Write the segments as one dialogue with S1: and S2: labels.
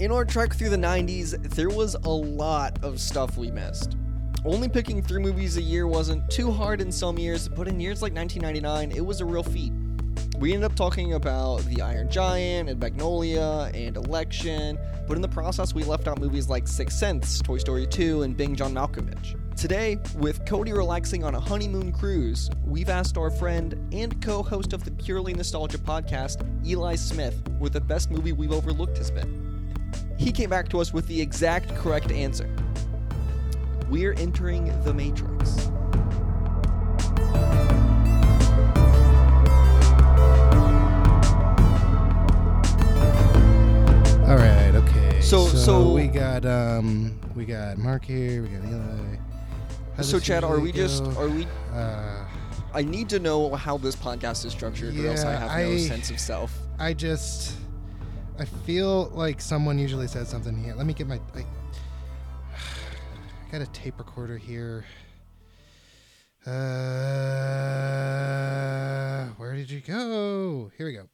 S1: In our trek through the 90s, there was a lot of stuff we missed. Only picking three movies a year wasn't too hard in some years, but in years like 1999, it was a real feat. We ended up talking about The Iron Giant and Magnolia and Election, but in the process, we left out movies like Sixth Sense, Toy Story 2, and Bing John Malkovich. Today, with Cody relaxing on a honeymoon cruise, we've asked our friend and co host of the Purely Nostalgia podcast, Eli Smith, where the best movie we've overlooked has been. He came back to us with the exact correct answer. We're entering the Matrix.
S2: All right. Okay.
S1: So- so-
S2: we got um we got Mark here. We got Eli. How
S1: So,
S2: does
S1: Chad, are we
S2: usually
S1: just
S2: go?
S1: are we
S2: Uh,
S1: I need to know how this podcast is structured, or else I
S2: Yeah,
S1: have no
S2: I-
S1: sense of self.
S2: I just I feel like someone usually says something here. Let me get my I, I got a tape recorder here. Uh, where did you go? Here we go.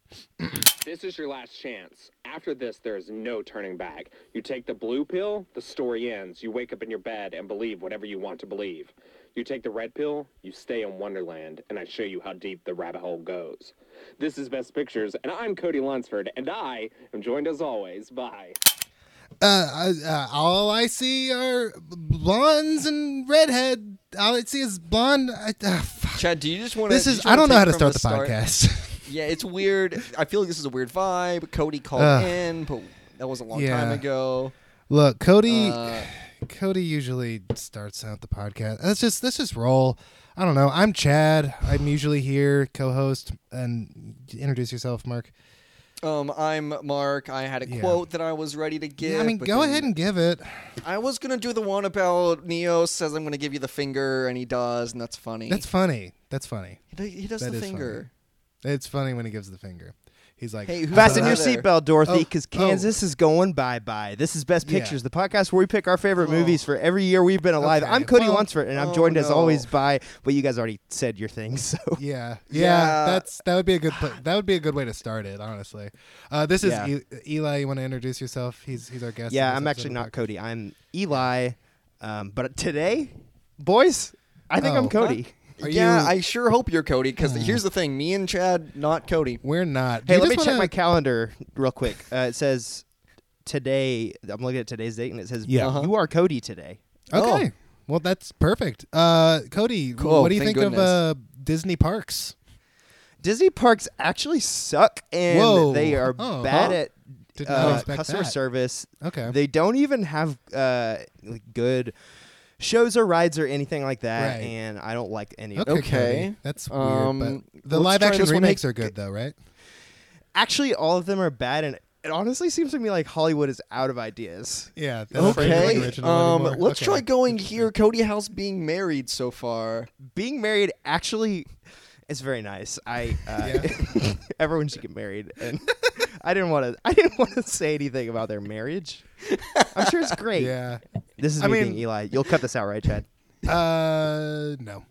S3: This is your last chance. After this, there is no turning back. You take the blue pill, the story ends. You wake up in your bed and believe whatever you want to believe. You take the red pill, you stay in Wonderland, and I show you how deep the rabbit hole goes. This is Best Pictures, and I'm Cody Lunsford, and I am joined as always by.
S2: uh, I- uh, all I see are blondes and redhead. All I see is blonde. I, uh, fuck.
S1: Chad, do you just want
S2: This is. I don't know how to start the, podcast.
S1: Yeah, it's weird. I feel like this is a weird vibe. Cody called
S2: Ugh.
S1: in, but that was a long
S2: Yeah.
S1: time ago.
S2: Look, Cody.
S1: Uh,
S2: Cody usually starts out the podcast. Let's just let's just roll. I don't know. I'm Chad. I'm usually here, co-host, and introduce yourself, Mark.
S1: um, I'm Mark. I had a
S2: Yeah.
S1: quote that I was ready to give.
S2: I mean,
S1: but
S2: go
S1: then
S2: ahead and give it.
S1: I was gonna do the one about Neo says I'm gonna give you the finger, and he does, and that's funny.
S2: That's funny. That's funny.
S1: he, do- he does
S2: that
S1: the
S2: is
S1: finger.
S2: It's funny when he gives the finger. He's like,
S1: Hey, who's
S4: Fasten
S1: the
S4: your
S1: other?
S4: seatbelt, Dorothy,
S2: Oh,
S4: because Kansas is going bye bye. This is Best
S2: Yeah.
S4: Pictures, the podcast where we pick our favorite
S1: Oh.
S4: movies for every year we've been alive.
S2: Okay,
S4: I'm Cody
S2: well-
S4: Lunsford, and I'm
S1: oh,
S4: joined as
S1: no.
S4: always by. Well, you guys already said your thing, so
S2: Yeah, yeah,
S1: Yeah.
S2: That's that would be a good pla- that would be a good way to start it. Honestly, uh, this is
S4: Yeah.
S2: E- Eli. You want to introduce yourself? He's he's our guest.
S4: yeah,
S2: in
S4: I'm
S2: this
S4: actually
S2: episode.
S4: not Cody. I'm Eli, um, but today, boys, I think
S2: Oh.
S4: I'm Cody.
S2: Are
S1: yeah,
S2: you- Oh.
S1: I sure hope you're Cody. Because here's the thing: me and Chad, not Cody.
S2: We're not. Do
S4: Hey,
S2: you
S4: let me
S2: just
S4: check
S2: wanna-
S4: my calendar real quick. Uh, it says today. I'm looking at today's date, and it says
S2: Yeah. Uh-huh.
S4: you are Cody today.
S2: Okay. Well, that's perfect. Uh, Cody,
S1: Oh. Cool,
S2: what do you
S1: thank
S2: think of
S1: goodness.
S2: uh, Disney parks?
S4: Disney parks actually suck, and
S2: Whoa.
S4: they are
S2: Oh.
S4: bad
S2: Huh?
S4: at
S2: Did not
S4: uh,
S2: expect
S4: customer
S2: that.
S4: service.
S2: Okay.
S4: They don't even have uh, like good shows or rides or anything like that,
S2: Right.
S4: and I don't like any of
S2: Okay,
S4: them.
S1: Okay.
S2: Cody. that's weird.
S1: Um,
S2: but the
S1: let's
S2: live
S1: try
S2: action
S1: this one.
S2: remakes
S1: Hey,
S2: are good though, right?
S4: Actually, all of them are bad, and it honestly seems to me like Hollywood is out of ideas.
S2: Yeah. they're not afraid of the
S1: Okay.
S2: original
S1: Um,
S2: anymore.
S1: let's
S2: Okay.
S1: try going here. Cody House being married so far.
S4: Being married actually is very nice. I uh, everyone should get married, and I didn't want to. I didn't want to say anything about their marriage. I'm sure it's great.
S2: Yeah.
S4: This is
S2: I
S4: me
S2: mean-
S4: being Eli. You'll cut this out, right, Chad?
S2: Uh, no.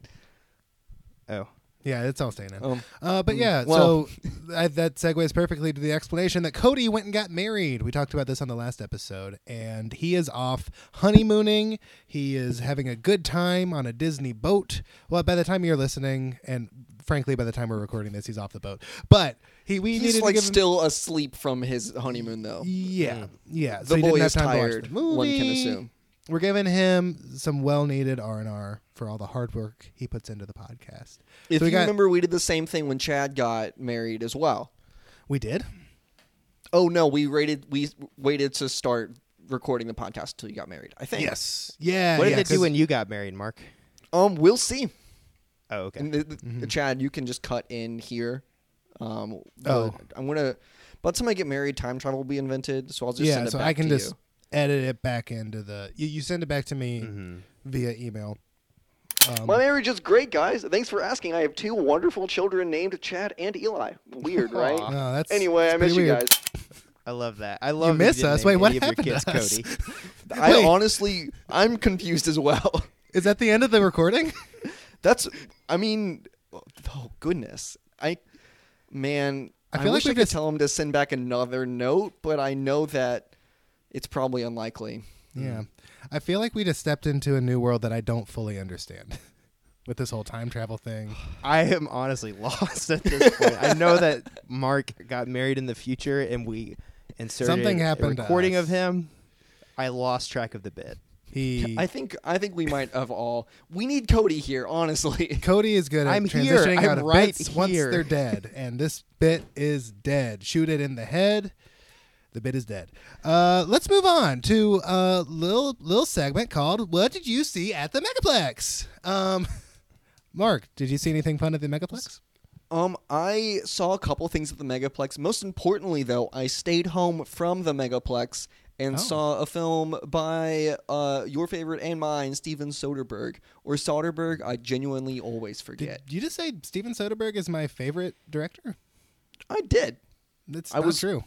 S4: Oh.
S2: Yeah, it's all staying in.
S1: Um,
S2: uh, but yeah,
S1: well-
S2: so that, that segues perfectly to the explanation that Cody went and got married. We talked about this on the last episode, and he is off honeymooning. He is having a good time on a Disney boat. Well, by the time you're listening, and frankly, by the time we're recording this, he's off the boat. But he we
S1: He's
S2: needed
S1: like
S2: to give him.
S1: still asleep from his honeymoon, though.
S2: Yeah, yeah.
S1: The
S2: so he
S1: boy
S2: didn't
S1: is
S2: have time
S1: tired,
S2: To watch the movie.
S1: one can assume.
S2: We're giving him some well-needed R and R for all the hard work he puts into the podcast.
S1: If
S2: so
S1: you
S2: we got,
S1: remember, we did the same thing when Chad got married as well.
S2: we did.
S1: Oh no, we rated we waited to start recording the podcast till you got married. I think.
S2: Yes. Yeah.
S4: What did
S2: yeah,
S4: they do
S2: 'cause-
S4: when you got married, Mark?
S1: Um, we'll see.
S4: Oh, okay.
S1: And the, the-
S2: Mm-hmm.
S1: Chad, you can just cut in here. Um, but
S2: Oh.
S1: I'm gonna. By the time I get married, time travel will be invented, so I'll just
S2: yeah,
S1: send it
S2: so
S1: back
S2: I can
S1: to
S2: just
S1: you.
S2: edit it back into the. You, you send it back to me
S4: Mm-hmm.
S2: via email. Um,
S1: My marriage is great, guys. Thanks for asking. I have two wonderful children named Chad and Eli. Weird, right?
S4: Aw.
S2: No, that's
S1: anyway,
S2: that's
S1: I miss
S2: pretty
S1: you
S2: weird.
S1: guys.
S4: I love that. I love that
S2: miss
S4: didn't
S2: us?
S4: name
S2: Wait, what
S4: any of
S2: happened
S4: your
S2: to
S4: kids,
S2: us?
S4: Cody.
S1: I
S2: Wait.
S1: honestly, I'm confused as well.
S2: Is that the end of the recording?
S1: That's, I mean, oh goodness, I, man,
S2: I
S1: I
S2: feel like
S1: wish
S2: we
S1: I could
S2: just-
S1: tell him to send back another note, but I know that it's probably unlikely.
S4: Mm.
S2: Yeah. I feel like we just stepped into a new world that I don't fully understand with this whole time travel thing.
S4: I am honestly lost at this point. I know that Mark got married in the future, and we inserted
S2: Something happened
S4: a
S2: to
S4: recording
S2: us.
S4: of him. I lost track of the bit.
S2: He
S1: I think I think we might have all. We need Cody here, honestly.
S2: Cody is good at
S4: I'm here.
S2: transitioning
S4: I'm
S2: out of
S4: right
S2: bits once
S4: here.
S2: they're dead, and this bit is dead. Shoot it in the head. The bit is dead. Uh, let's move on to a little little segment called "What Did You See at the Megaplex?" Um, Mark, did you see anything fun at the Megaplex?
S1: Um, I saw a couple things at the Megaplex. Most importantly, though, I stayed home from the Megaplex and saw a film by uh, your favorite and mine, Steven Soderbergh or Soderbergh. I genuinely always forget.
S2: Did you just say Steven Soderbergh is my favorite director?
S1: I did.
S2: That's
S1: I
S2: not
S1: was-
S2: true.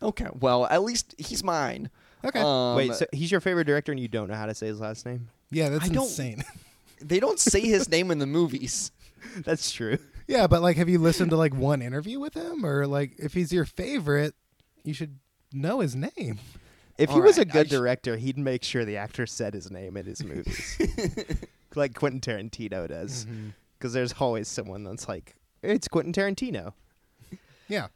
S1: Okay. Well, at least he's mine.
S2: Okay.
S1: Um,
S4: Wait, so he's your favorite director, and you don't know how to say his last name?
S2: Yeah, that's
S1: I don't-
S2: insane.
S1: they don't say his name in the movies.
S4: That's true.
S2: yeah, but like, have you listened to like one interview with him, or like, if he's your favorite, you should know his name.
S4: If he
S1: All
S4: was a
S1: right,
S4: good
S1: I sh-
S4: director, he'd make sure the actor said his name in his movies, like Quentin Tarantino does, because there's always someone that's like, "It's Quentin Tarantino."
S2: Yeah.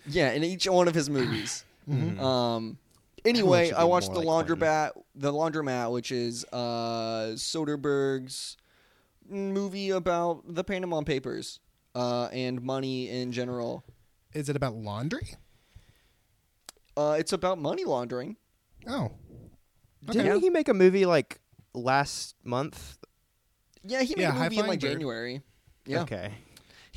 S2: Mm-hmm.
S1: Yeah, in each one of his movies.
S2: Hmm.
S1: Um, anyway,
S4: should
S1: I
S4: be
S1: watched the
S4: more like
S1: laundromat, the laundromat, which is uh, Soderbergh's movie about the Panama Papers uh, and money in general.
S2: Is it about laundry?
S1: Uh, it's about money laundering.
S2: Oh.
S4: Didn't he make a movie like last month?
S1: Yeah, he made
S2: Yeah,
S1: a
S2: High
S1: movie in
S2: Flying
S1: like
S2: Bird.
S1: January. Yeah,
S4: Okay.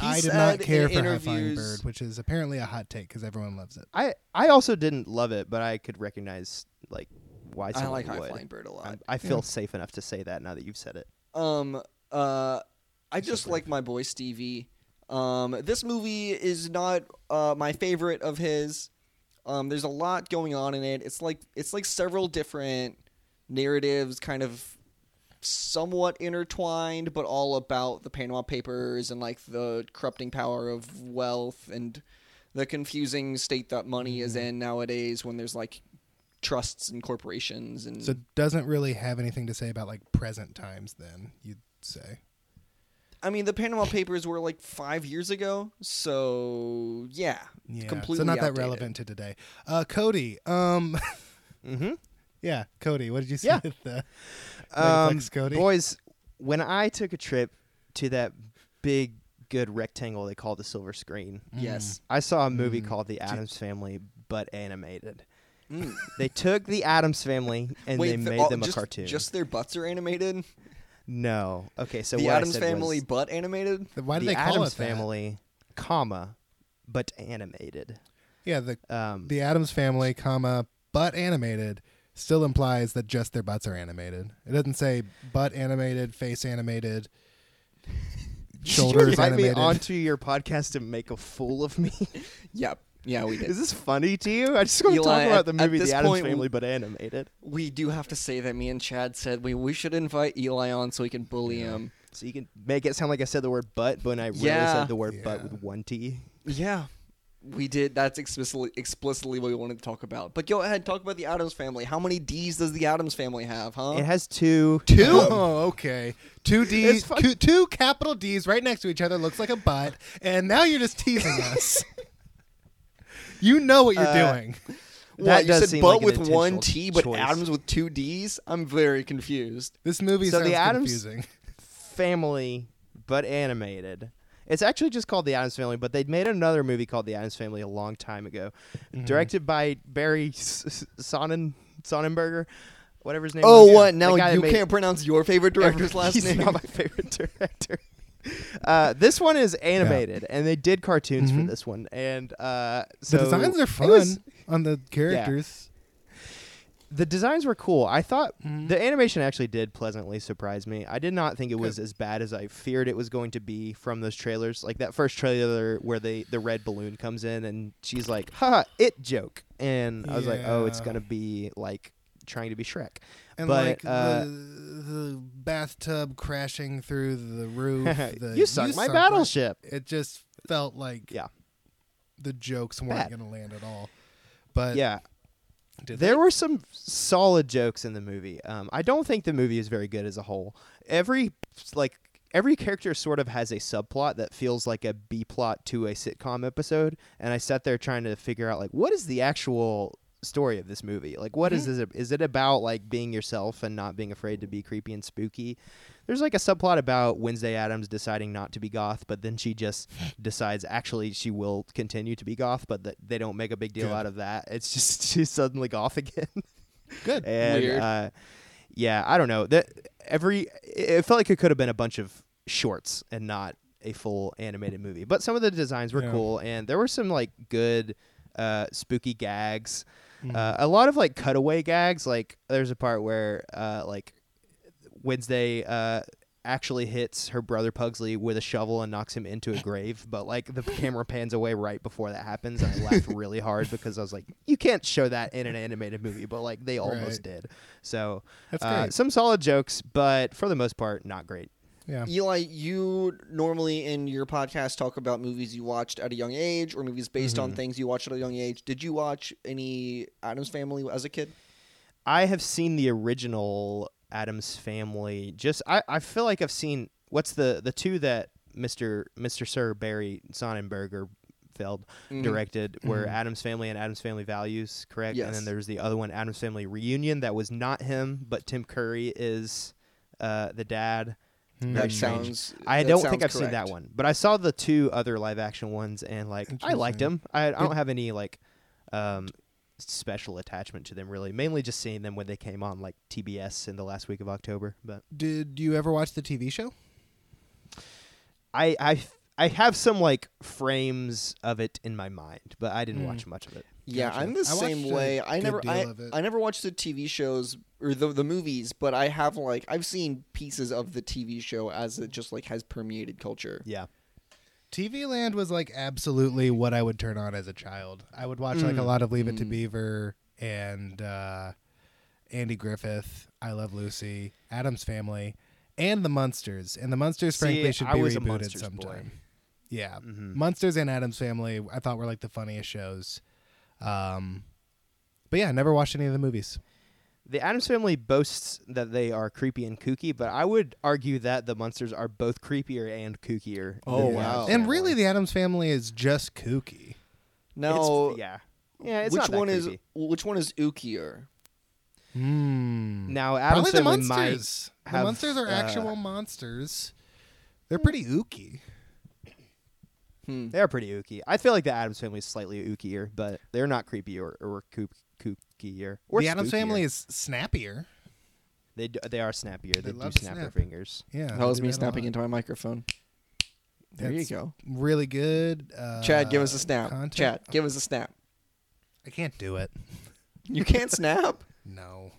S1: He
S2: I did
S1: said
S2: not care
S1: in
S2: for High Flying
S1: interviews-
S2: Bird, which is apparently a hot take because everyone loves it.
S4: I I also didn't love it, but I could recognize like why
S1: I
S4: someone
S1: like High
S4: would.
S1: Flying Bird a lot.
S4: I'm- I feel safe enough to say that now that you've said it.
S1: Um, uh, I just like my boy Stevie. Um, this movie is not uh, my favorite of his. Um, there's a lot going on in it. It's like it's like several different narratives, kind of somewhat intertwined, but all about the Panama Papers and like the corrupting power of wealth and the confusing state that money is in nowadays when there's like trusts and corporations and
S2: So it doesn't really have anything to say about like present times. Then you'd say.
S1: I mean, the Panama Papers were like five years ago, so yeah, it's
S2: Yeah.
S1: completely
S2: so not that
S1: outdated.
S2: relevant to today. Uh, Cody. Um. Yeah, Cody. What did you see?
S4: Yeah.
S2: at the
S4: Um,
S2: Megaplex, Cody.
S4: boys, when I took a trip to that big good rectangle they call the silver screen,
S1: Yes,
S4: I saw a movie called The Adams Family, but animated. they took the Adams Family and
S1: wait,
S4: they
S1: the-
S4: made
S1: all-
S4: them
S1: just,
S4: a cartoon.
S1: Just their butts are animated.
S4: no, okay. So
S1: the
S4: what I
S1: Adams
S4: said
S1: Family
S4: was
S1: butt animated.
S2: The- Why do
S4: the
S2: they call
S4: Adams
S2: it that?
S4: Family, comma, but animated.
S2: Yeah. The
S4: Um,
S2: the Adams Family, comma, but animated still implies that just their butts are animated. It doesn't say butt animated, face animated,
S4: Did you
S2: shoulders
S4: invite
S2: animated.
S4: me onto your podcast to make a fool of me?
S1: Yep, yeah, we did.
S4: Is this funny to you? I just want to
S1: Eli,
S4: talk
S1: at-
S4: about the
S1: at
S4: movie
S1: this
S4: The Adams
S1: point,
S4: Family, but animated.
S1: we do have to say that me and Chad said we we should invite Eli on so we can bully him.
S4: So you can make it sound like I said the word "butt," but when I really
S1: Yeah.
S4: said the word "butt"
S2: Yeah.
S4: with one t.
S1: Yeah, we did. That's explicitly explicitly what we wanted to talk about. But go ahead, talk about the Adams Family. How many D's does the Adams Family have? Huh?
S4: It has two.
S2: Oh, okay. Two D's,
S4: fun-
S2: two, two capital D's right next to each other looks like a butt, and now you're just teasing us. you know what you're
S4: Uh,
S2: doing.
S1: What,
S4: That
S1: you
S4: does
S1: said
S4: seem
S1: butt
S4: like an
S1: with one
S4: intentional
S1: T, but
S4: choice.
S1: Adams with two D's. I'm very confused.
S2: This movie
S4: So the
S2: sounds
S4: Addams-
S2: confusing.
S4: Family, but animated. It's actually just called The Adams Family, but they made another movie called The Adams Family a long time ago,
S1: Mm-hmm.
S4: directed by Barry S- S- Sonnen Sonnenberger, whatever his name.
S1: Oh,
S4: was.
S1: what?
S4: The
S1: Now
S4: guy that
S1: you
S4: made
S1: can't pronounce your favorite director's
S4: every-
S1: last
S4: he's
S1: name.
S4: not my favorite director. Uh, this one is animated, and they did cartoons
S1: Mm-hmm.
S4: for this one, and uh, so
S2: the designs are
S4: it
S2: fun
S4: was-
S2: on the characters.
S4: the designs were cool. I thought
S2: Mm-hmm.
S4: the animation actually did pleasantly surprise me. I did not think it was as bad as I feared it was going to be from those trailers. Like that first trailer where they the red balloon comes in and she's like, "Ha, it joke," and I was like, "Oh, it's
S2: Yeah.
S4: gonna be like trying to be Shrek."
S2: And
S4: but
S2: like
S4: uh,
S2: the, the bathtub crashing through the roof. the,
S4: you sunk my
S2: sunk
S4: battleship.
S2: It just felt like
S4: Yeah.
S2: the jokes weren't
S4: Bad.
S2: going to land at all. But
S4: yeah
S2: Did
S4: There were some solid jokes in the movie. Um, I don't think the movie is very good as a whole. Every like every character sort of has a subplot that feels like a B plot to a sitcom episode, and I sat there trying to figure out like what is the actual story of this movie? Like what
S2: Mm-hmm.
S4: is this? Is it about like being yourself and not being afraid to be creepy and spooky? There's like a subplot about Wednesday Adams deciding not to be goth, but then she just decides actually she will continue to be goth, but that they don't make a big deal
S2: Good.
S4: out of that. It's just she's suddenly goth again.
S2: Good.
S4: And
S1: Weird.
S4: uh yeah, I don't know. That every it felt like it could have been a bunch of shorts and not a full animated movie. But some of the designs were
S2: Yeah.
S4: cool and there were some like good uh spooky gags.
S2: Mm.
S4: Uh, a lot of like cutaway gags like there's a part where uh like Wednesday uh actually hits her brother Pugsley with a shovel and knocks him into a grave, but like the camera pans away right before that happens and I laughed really hard because I was like, You can't show that in an animated movie, but like they almost did. So
S2: That's
S4: uh,
S2: great.
S4: some solid jokes, but for the most part not great.
S2: Yeah.
S1: Eli, you normally in your podcast talk about movies you watched at a young age or movies based on things you watched at a young age. Did you watch any Adam's Family as a kid?
S4: I have seen the original Adams Family. Just I, I feel like I've seen what's the the two that Mr. Mr. Sir Barry Sonnenberger Feld directed were Adams Family and Adams Family Values, correct? And
S1: Yes.
S4: then there's the other one, Adams Family Reunion, that was not him, but Tim Curry is uh, the dad. Very
S2: hmm.
S1: that
S4: strange.
S1: sounds.
S4: I
S1: that
S4: don't think I've
S1: sounds
S4: seen that
S1: correct.
S4: one, but I saw the two other live action ones, and like I liked them. I, I don't have any like um, special attachment to them really. Mainly just seeing them when they came on like TBS in the last week of October. But
S2: Did you ever watch the TV show?
S4: I I I have some like frames of it in my mind, but I didn't
S1: Mm.
S4: watch much of it.
S1: Yeah,
S2: Gotcha.
S1: I'm the
S2: I
S1: same
S2: watched a
S1: way. I
S2: good
S1: never,
S2: deal
S1: I,
S2: of it.
S1: I never watched the TV shows or the the movies, but I have like I've seen pieces of the TV show as it just like has permeated culture.
S4: Yeah.
S2: TV Land was like absolutely what I would turn on as a child. I would watch
S4: Mm.
S2: like a lot of Leave It to Beaver and uh, Andy Griffith, I Love Lucy, Adam's Family, and The Munsters. And The Munsters,
S4: See,
S2: frankly, should
S4: I
S2: be
S4: was a
S2: rebooted
S4: Munsters boy. Mm-hmm.
S2: sometime. Yeah, Munsters and Adam's Family, I thought were like the funniest shows. Um, but yeah, never watched any of the movies.
S4: The Adams family boasts that they are creepy and kooky, but I would argue that the monsters are both creepier and kookier.
S1: Oh,
S4: than the
S1: wow.
S4: Addams
S2: and
S4: Family.
S2: really, the Adam's Family is just kooky.
S4: It's-
S1: Now,
S4: yeah, yeah. It's
S1: which
S4: not that
S1: one is
S4: creepy.
S1: which one is ookier?
S2: Hmm.
S4: Now,
S2: Probably
S4: Adam's
S2: the
S4: family might
S2: monsters. The
S4: have,
S2: monsters are
S4: uh,
S2: actual monsters. They're pretty ooky.
S4: They are pretty ooky. I feel like the Adams family is slightly ookier, but they're not creepy or or kook- kookier. Or
S2: the Adams
S4: spookier.
S2: family is snappier.
S4: they d- they are snappier. They, do
S2: love
S4: snap, their
S2: snap.
S4: fingers.
S2: Yeah,
S1: That was me snapping
S2: snapping
S1: into my microphone. There
S2: That's-
S1: you go.
S2: Really good. Uh,
S1: Chad, give us a snap.
S2: content. Oh.
S1: Chad, give us a snap.
S2: I can't do it.
S1: You can't snap?
S2: No.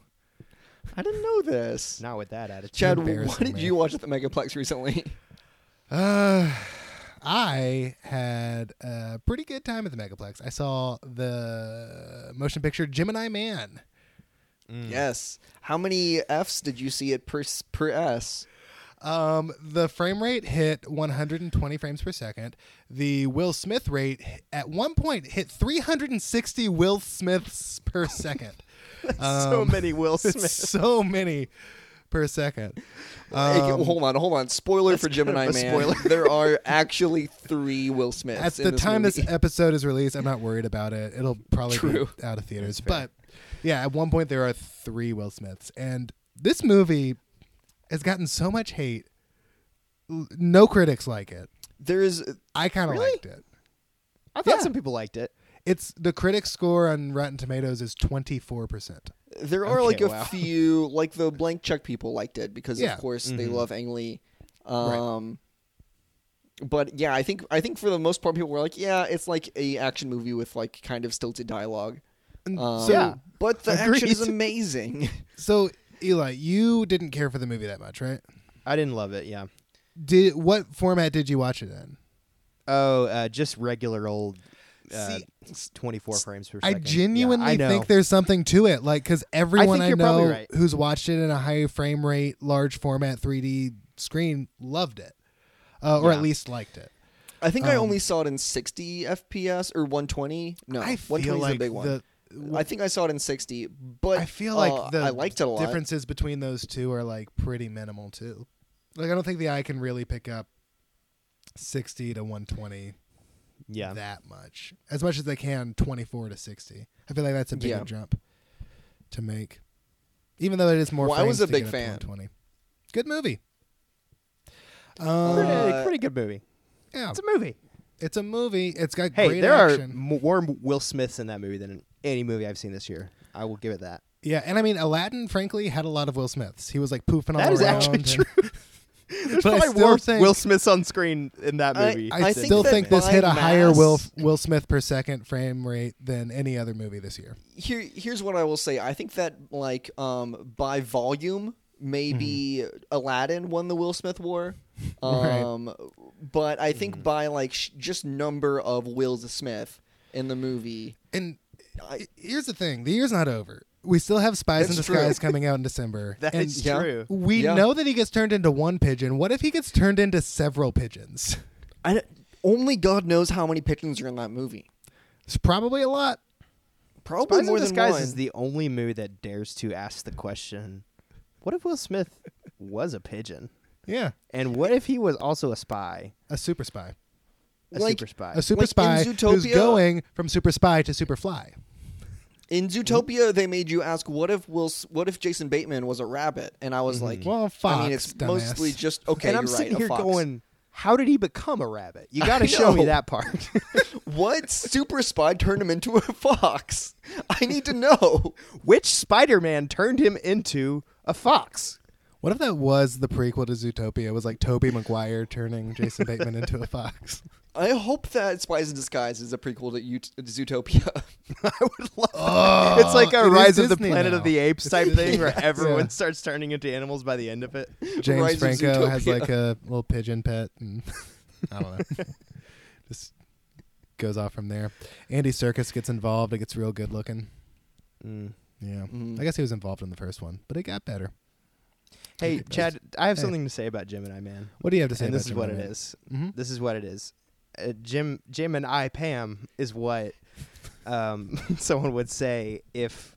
S1: I didn't know this.
S4: Not with that attitude.
S1: Chad, what
S2: embarrassing
S1: did
S2: me.
S1: you watch at the Megaplex recently?
S2: Uh, I had a pretty good time at the Megaplex. I saw the motion picture Gemini Man. Mm.
S1: Yes. How many Fs did you see it per s- per S?
S2: Um, the frame rate hit 120 frames per second. The Will Smith rate h- at one point hit 360 Will Smiths per second. Um,
S4: so many Will
S2: It's
S4: Smiths.
S2: so many per second. um,
S1: Hey, g- hold on, hold on. Spoiler for Gemini
S4: of a
S1: Man.
S4: spoiler.
S1: there are actually three Will Smiths.
S2: At
S1: in
S2: the
S1: this
S2: time
S1: movie.
S2: this uh, episode is released, I'm not worried about it. It'll probably
S1: True.
S2: be out of theaters. But yeah, at one point there are three Will Smiths, and this movie has gotten so much hate. L- No critics like it.
S1: there is
S2: I kind of liked it.
S4: I thought
S2: Yeah.
S4: some people liked it.
S2: It's the critic score on Rotten Tomatoes is twenty four percent.
S1: there are like
S4: Okay,
S1: a
S4: wow.
S1: few like the blank check people liked it because
S2: Yeah. Mm-hmm.
S1: of course they love Ang Lee. Um But yeah, I think I think for the most part, people were like, "Yeah, it's like a action movie with like kind of stilted dialogue." Um,
S2: so-
S4: Yeah.
S1: but the action is
S4: Agreed.
S1: amazing.
S2: So Eli, you didn't care for the movie that much, right?
S4: I didn't love it. Yeah.
S2: Did what format did you watch it in?
S4: Oh, uh, just regular old. Uh,
S2: See,
S4: 24 frames per
S2: I
S4: second.
S2: genuinely
S4: yeah, I know.
S2: think there's something to it, like because everyone I,
S4: you're probably
S2: know
S4: right.
S2: who's watched it in a high frame rate, large format, 3D screen loved it, uh, or
S4: Yeah.
S2: at least liked it.
S1: I think I only saw it in 60 FPS or 120. No,
S2: Um, I
S1: 120
S2: feel
S1: is
S2: like
S1: the big one.
S2: the
S1: I think I saw it in 60, but
S2: I feel like
S1: uh,
S2: the
S1: I liked it a lot.
S2: differences between those two are like pretty minimal too. Like I don't think the eye can really pick up sixty to one twenty
S4: Yeah.
S2: that much. As much as they can twenty four to sixty. I feel like that's a bigger
S1: Yeah.
S2: jump to make. Even though it is more
S1: Well, I was
S2: frames
S1: a
S2: to
S1: big
S2: get up to
S1: fan.
S2: 120. Good movie.
S4: pretty,
S2: Um,
S1: Uh,
S4: pretty good movie.
S2: yeah,
S4: It's a movie.
S2: it's a movie. It's got
S4: Hey,
S2: great
S4: there
S2: action.
S4: are more Will Smiths in that movie than in any movie I've seen this year. I will give it that.
S2: Yeah, and I mean Aladdin, frankly, had a lot of Will Smiths. He was like poofing all
S4: That is
S2: around.
S4: actually
S2: and-
S4: true. There's
S2: But I
S4: probably
S2: still
S4: more
S2: think-
S4: Will Smiths on screen in that
S1: I-
S4: movie.
S2: I,
S1: I think
S2: still
S1: that
S2: think this hit a
S1: by
S2: higher Will
S1: mass-
S2: Will Smith per second frame rate than any other movie this year.
S1: Here, here's what I will say. I think that like um, by volume, maybe
S4: Mm-hmm.
S1: Aladdin won the Will Smith War,
S2: Right.
S1: um, but I
S4: Mm-hmm.
S1: think by like sh- just number of Will Smith in the movie,
S2: And uh,
S1: I-
S2: here's the thing: the year's not over. We still have Spies in
S1: That's
S2: Disguise coming out in December.
S4: That
S2: and
S4: is
S1: yeah.
S4: true.
S2: We
S1: Yeah.
S2: know that he gets turned into one pigeon. What if he gets turned into several pigeons?
S1: I don't- only God knows how many pigeons are in that movie.
S2: It's probably a lot.
S1: Probably
S4: Spies in
S1: more than
S4: Disguise
S1: one.
S4: is the only movie that dares to ask the question, what if Will Smith was a pigeon?
S2: Yeah,
S4: And what if he was also a spy?
S2: a super spy,
S4: A
S1: Like-
S4: super spy.
S2: a super
S1: Like in
S2: spy who's
S1: Zootopia-
S2: going from super spy to super fly.
S1: in
S4: Mm-hmm.
S1: Zootopia, they made you ask, "What if Will? S- What if Jason Bateman was a rabbit?" And I
S4: Mm-hmm.
S1: was like,
S2: Well, fox,
S1: I mean, it's
S2: dumbass.
S1: mostly just okay.
S4: and I'm
S1: you're right,
S4: sitting
S1: a
S4: here
S1: fox.
S4: going, how did he become a rabbit? You
S1: I
S4: got to show me
S1: know.
S4: that part.
S1: What super spy turned him into a fox? I need to know.
S4: Which Spider-Man turned him into a fox?
S2: What if that was the prequel to Zootopia? It was like Toby Maguire turning Jason Bateman into a fox.
S1: I hope that Spies in Disguise is a prequel to Ut- Zootopia.
S4: I would love that.
S1: Uh,
S4: It's like
S2: it
S4: a
S2: is
S4: Rise of the
S2: Disney
S4: Planet
S2: now.
S4: of the Apes
S2: It's
S4: type
S2: Disney.
S4: thing where
S2: Yeah.
S4: everyone
S2: Yeah.
S4: starts turning into animals by the end of it.
S2: James
S1: Rise of
S2: Franco has
S1: Zootopia.
S2: like a little pigeon pet, and I don't know. Just goes off from there. Andy Circus gets involved. It gets real good looking.
S4: Mm.
S2: Yeah,
S4: Mm-hmm.
S2: I guess he was involved in the first one, but it got better.
S4: Hey, Chad, I have
S2: Hey.
S4: something to say about Gemini Man.
S2: What do you have to say?
S4: And
S2: about
S4: this is
S2: Gemini
S4: what it
S2: Man?
S4: is.
S2: Mm-hmm.
S4: This is what it is. Uh, Jim, Jim, and I, Pam, is what um, someone would say if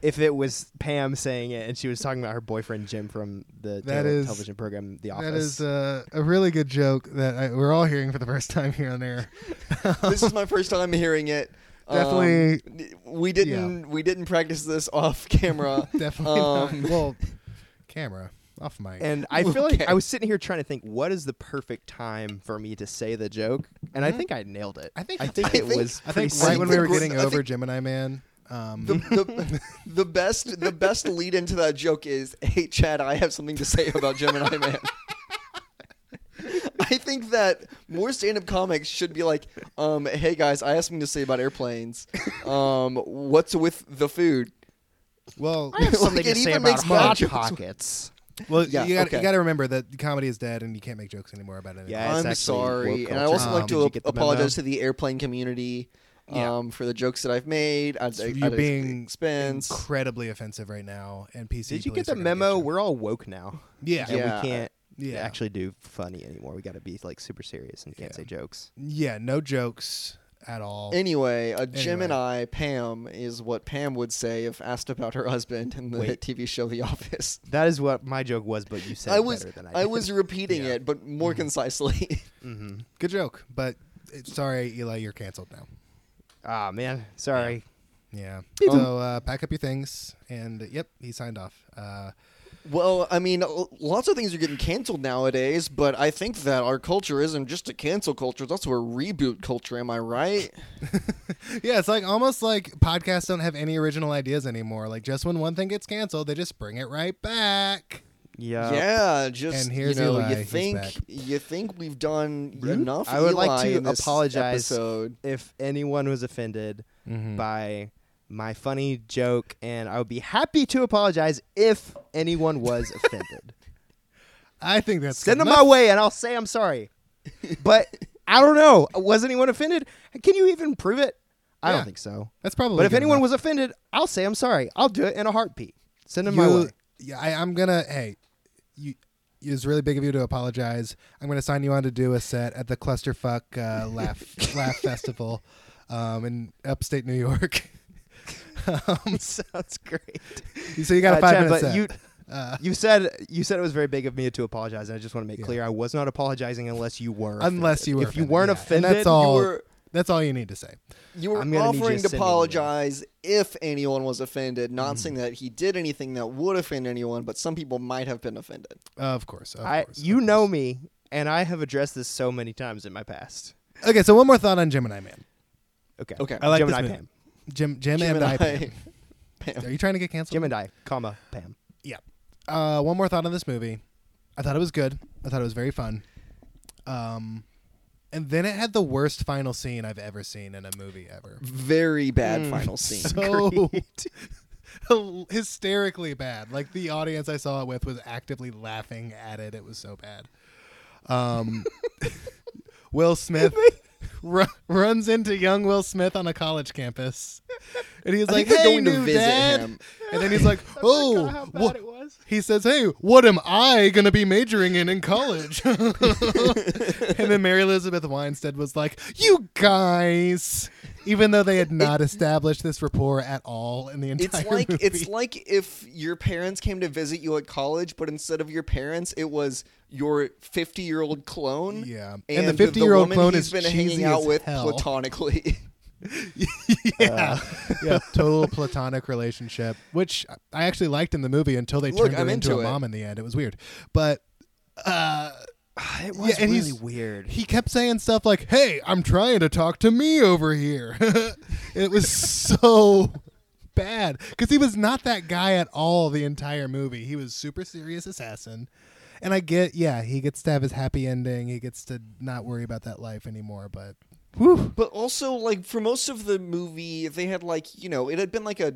S4: if it was Pam saying it, and she was talking about her boyfriend Jim from the
S2: That
S4: tele-
S2: is-
S4: television program The Office.
S2: That is uh, a really good joke that I, we're all hearing for the first time here on air.
S1: this is my first time hearing it. Um,
S2: Definitely-
S1: we didn't we didn't practice this off camera.
S2: Definitely
S1: Um,
S2: not. Well, camera off mic.
S4: And I feel like
S1: Okay.
S4: I was sitting here trying to think what is the perfect time for me to say the joke, and I think I nailed it.
S2: Mm-hmm. I think-
S4: I think
S1: I
S4: it
S1: think-
S4: was.
S2: I think
S4: pretty
S2: right when we
S4: simple.
S2: were
S1: great-
S2: getting
S1: I
S2: over
S1: think-
S2: Gemini Man. Um,
S1: The, the, the best the best lead into that joke is, "Hey Chad, I have something to say about Gemini Man." I think that more stand-up comics should be like, um, "Hey guys, I have something to say about airplanes. Um, what's with the food?"
S2: well,
S4: I have
S1: Like,
S4: something
S1: it
S4: to say
S1: even
S4: about
S1: makes bad
S4: hot
S1: jokes.
S4: pockets.
S2: Well,
S1: Yeah,
S2: you, gotta, you
S1: okay.
S2: gotta remember that comedy is dead, and you can't make jokes anymore about it.
S4: Yeah,
S2: anymore.
S4: it's
S1: I'm
S4: actually
S1: sorry,
S4: woke
S1: and I
S4: culture.
S1: also
S2: Um,
S1: like
S4: Did you
S1: to
S4: get the memo?
S1: apologize to the airplane community um,
S2: Yeah.
S1: for the jokes that I've made. At, at
S2: you being
S1: expense.
S2: incredibly offensive right now, and PC.
S4: Did you
S2: police
S4: get the
S2: are gonna
S4: memo?
S2: get you.
S4: We're all woke now.
S2: Yeah.
S4: and
S1: Yeah.
S4: we can't
S2: Yeah.
S4: actually do funny anymore. We got to be like super serious and can't say jokes.
S2: yeah, no jokes at all.
S1: Anyway, a Jim and
S2: Anyway.
S1: I, Pam, is what Pam would say if asked about her husband in the
S4: Wait.
S1: TV show The Office.
S4: That is what my joke was, but you said
S1: I
S4: it
S1: was
S4: better than I did. Mm-hmm.
S1: I, was repeating it, but more concisely.
S2: Good joke, but it, sorry, Eli, you're canceled now.
S4: Ah man, sorry.
S2: Yeah. So uh, pack up your things, and yep, he signed off. Uh,
S1: well, I mean, l- lots of things are getting canceled nowadays, but I think that our culture isn't just a cancel culture; it's also a reboot culture. Am I right?
S2: yeah, it's like almost like podcasts don't have any original ideas anymore. Like just when one thing gets canceled, they just bring it right back.
S4: Yeah.
S1: yeah, just
S2: And here's
S1: you know,
S2: Eli.
S1: you
S2: He's
S1: think
S2: back.
S1: you think we've done enough.
S4: Hmm? I would like
S1: Eli
S4: to
S1: in this
S4: apologize
S1: Episode.
S4: if anyone was offended by my funny joke, and I would be happy to apologize if anyone was offended.
S2: I think that's
S4: Send them
S2: enough.
S4: my way, and I'll say I'm sorry. But I don't know. Was anyone offended? Can you even prove it? I
S2: Yeah.
S4: don't think so.
S2: That's probably.
S4: But if
S2: good
S4: anyone
S2: enough.
S4: was offended, I'll say I'm sorry. I'll do it in a heartbeat. Send them my
S2: You-
S4: way.
S2: Yeah, I, I'm gonna. Hey, you. It's really big of you to apologize. I'm gonna sign you on to do a set at the Clusterfuck uh, Laugh Laugh Festival, um, in upstate New York. Um,
S4: Sounds great.
S2: so you got
S4: Uh,
S2: a five
S4: Chad,
S2: minutes.
S4: but you
S2: uh,
S4: you said you said it was very big of me to apologize. and I just want to make
S2: Yeah.
S4: clear I was not apologizing unless you were.
S2: unless
S4: offended.
S2: you were,
S4: if
S2: offended,
S4: you weren't
S2: yeah.
S4: offended,
S2: and that's all.
S1: were-
S2: that's all you need to say.
S1: You were
S4: I'm gonna need you
S1: offering to
S4: to send me the link.
S1: apologize if anyone was offended, not saying that he did anything that would offend anyone, but some people might have been offended.
S2: Of course, of
S4: I
S2: course, of
S4: you
S2: course.
S4: know me, and I have addressed this so many times in my past.
S2: Okay, so one more thought on Gemini Man.
S4: Okay.
S1: Okay.
S2: I like this
S4: Gemini
S2: movie.
S4: Pam.
S2: Jim, Jim,
S1: Jim
S2: and I. Pam.
S1: Pam.
S2: Are you trying to get canceled?
S4: Gemini, comma Pam.
S2: Yeah. Uh, one more thought on this movie. I thought it was good. I thought it was very fun. Um, and then it had the worst final scene I've ever seen in a movie ever.
S1: Very bad final scene.
S2: So hysterically bad. Like the audience I saw it with was actively laughing at it. It was so bad. Um, Will Smith ru- runs into young Will Smith on a college campus, and he's
S1: think
S2: like,
S1: they're
S2: "Hey,
S1: going to
S2: new
S1: visit
S2: dad,"
S1: him.
S2: and then he's like, "Oh,
S4: how bad
S2: what?"
S4: it was.
S2: He says, "Hey, what am I gonna be majoring in in college?" and then Mary Elizabeth Winstead was like, "You guys," even though they had not established this rapport at all in the entire
S1: It's like
S2: movie.
S1: it's like if your parents came to visit you at college, but instead of your parents, it was your fifty-year-old clone.
S2: Yeah. And
S1: and,
S2: the
S1: the
S2: 50-year-old
S1: woman
S2: clone
S1: he's
S2: is
S1: been
S2: cheesy
S1: hanging
S2: as
S1: out with
S2: hell.
S1: platonically.
S2: yeah,
S1: uh,
S2: yeah, total platonic relationship, which I actually liked in the movie until they
S1: Look,
S2: turned her
S1: I'm
S2: into,
S1: into
S2: a
S1: it.
S2: mom in the end. It was weird, but uh,
S4: It
S2: was and really he's-
S4: weird.
S2: he kept saying stuff like, "Hey, I'm trying to talk to me over here." it was so bad because he was not that guy at all the entire movie. He was super serious assassin, and I get, yeah, he gets to have his happy ending. He gets to not worry about that life anymore. But
S1: But also, like for most of the movie, they had like you know it had been like a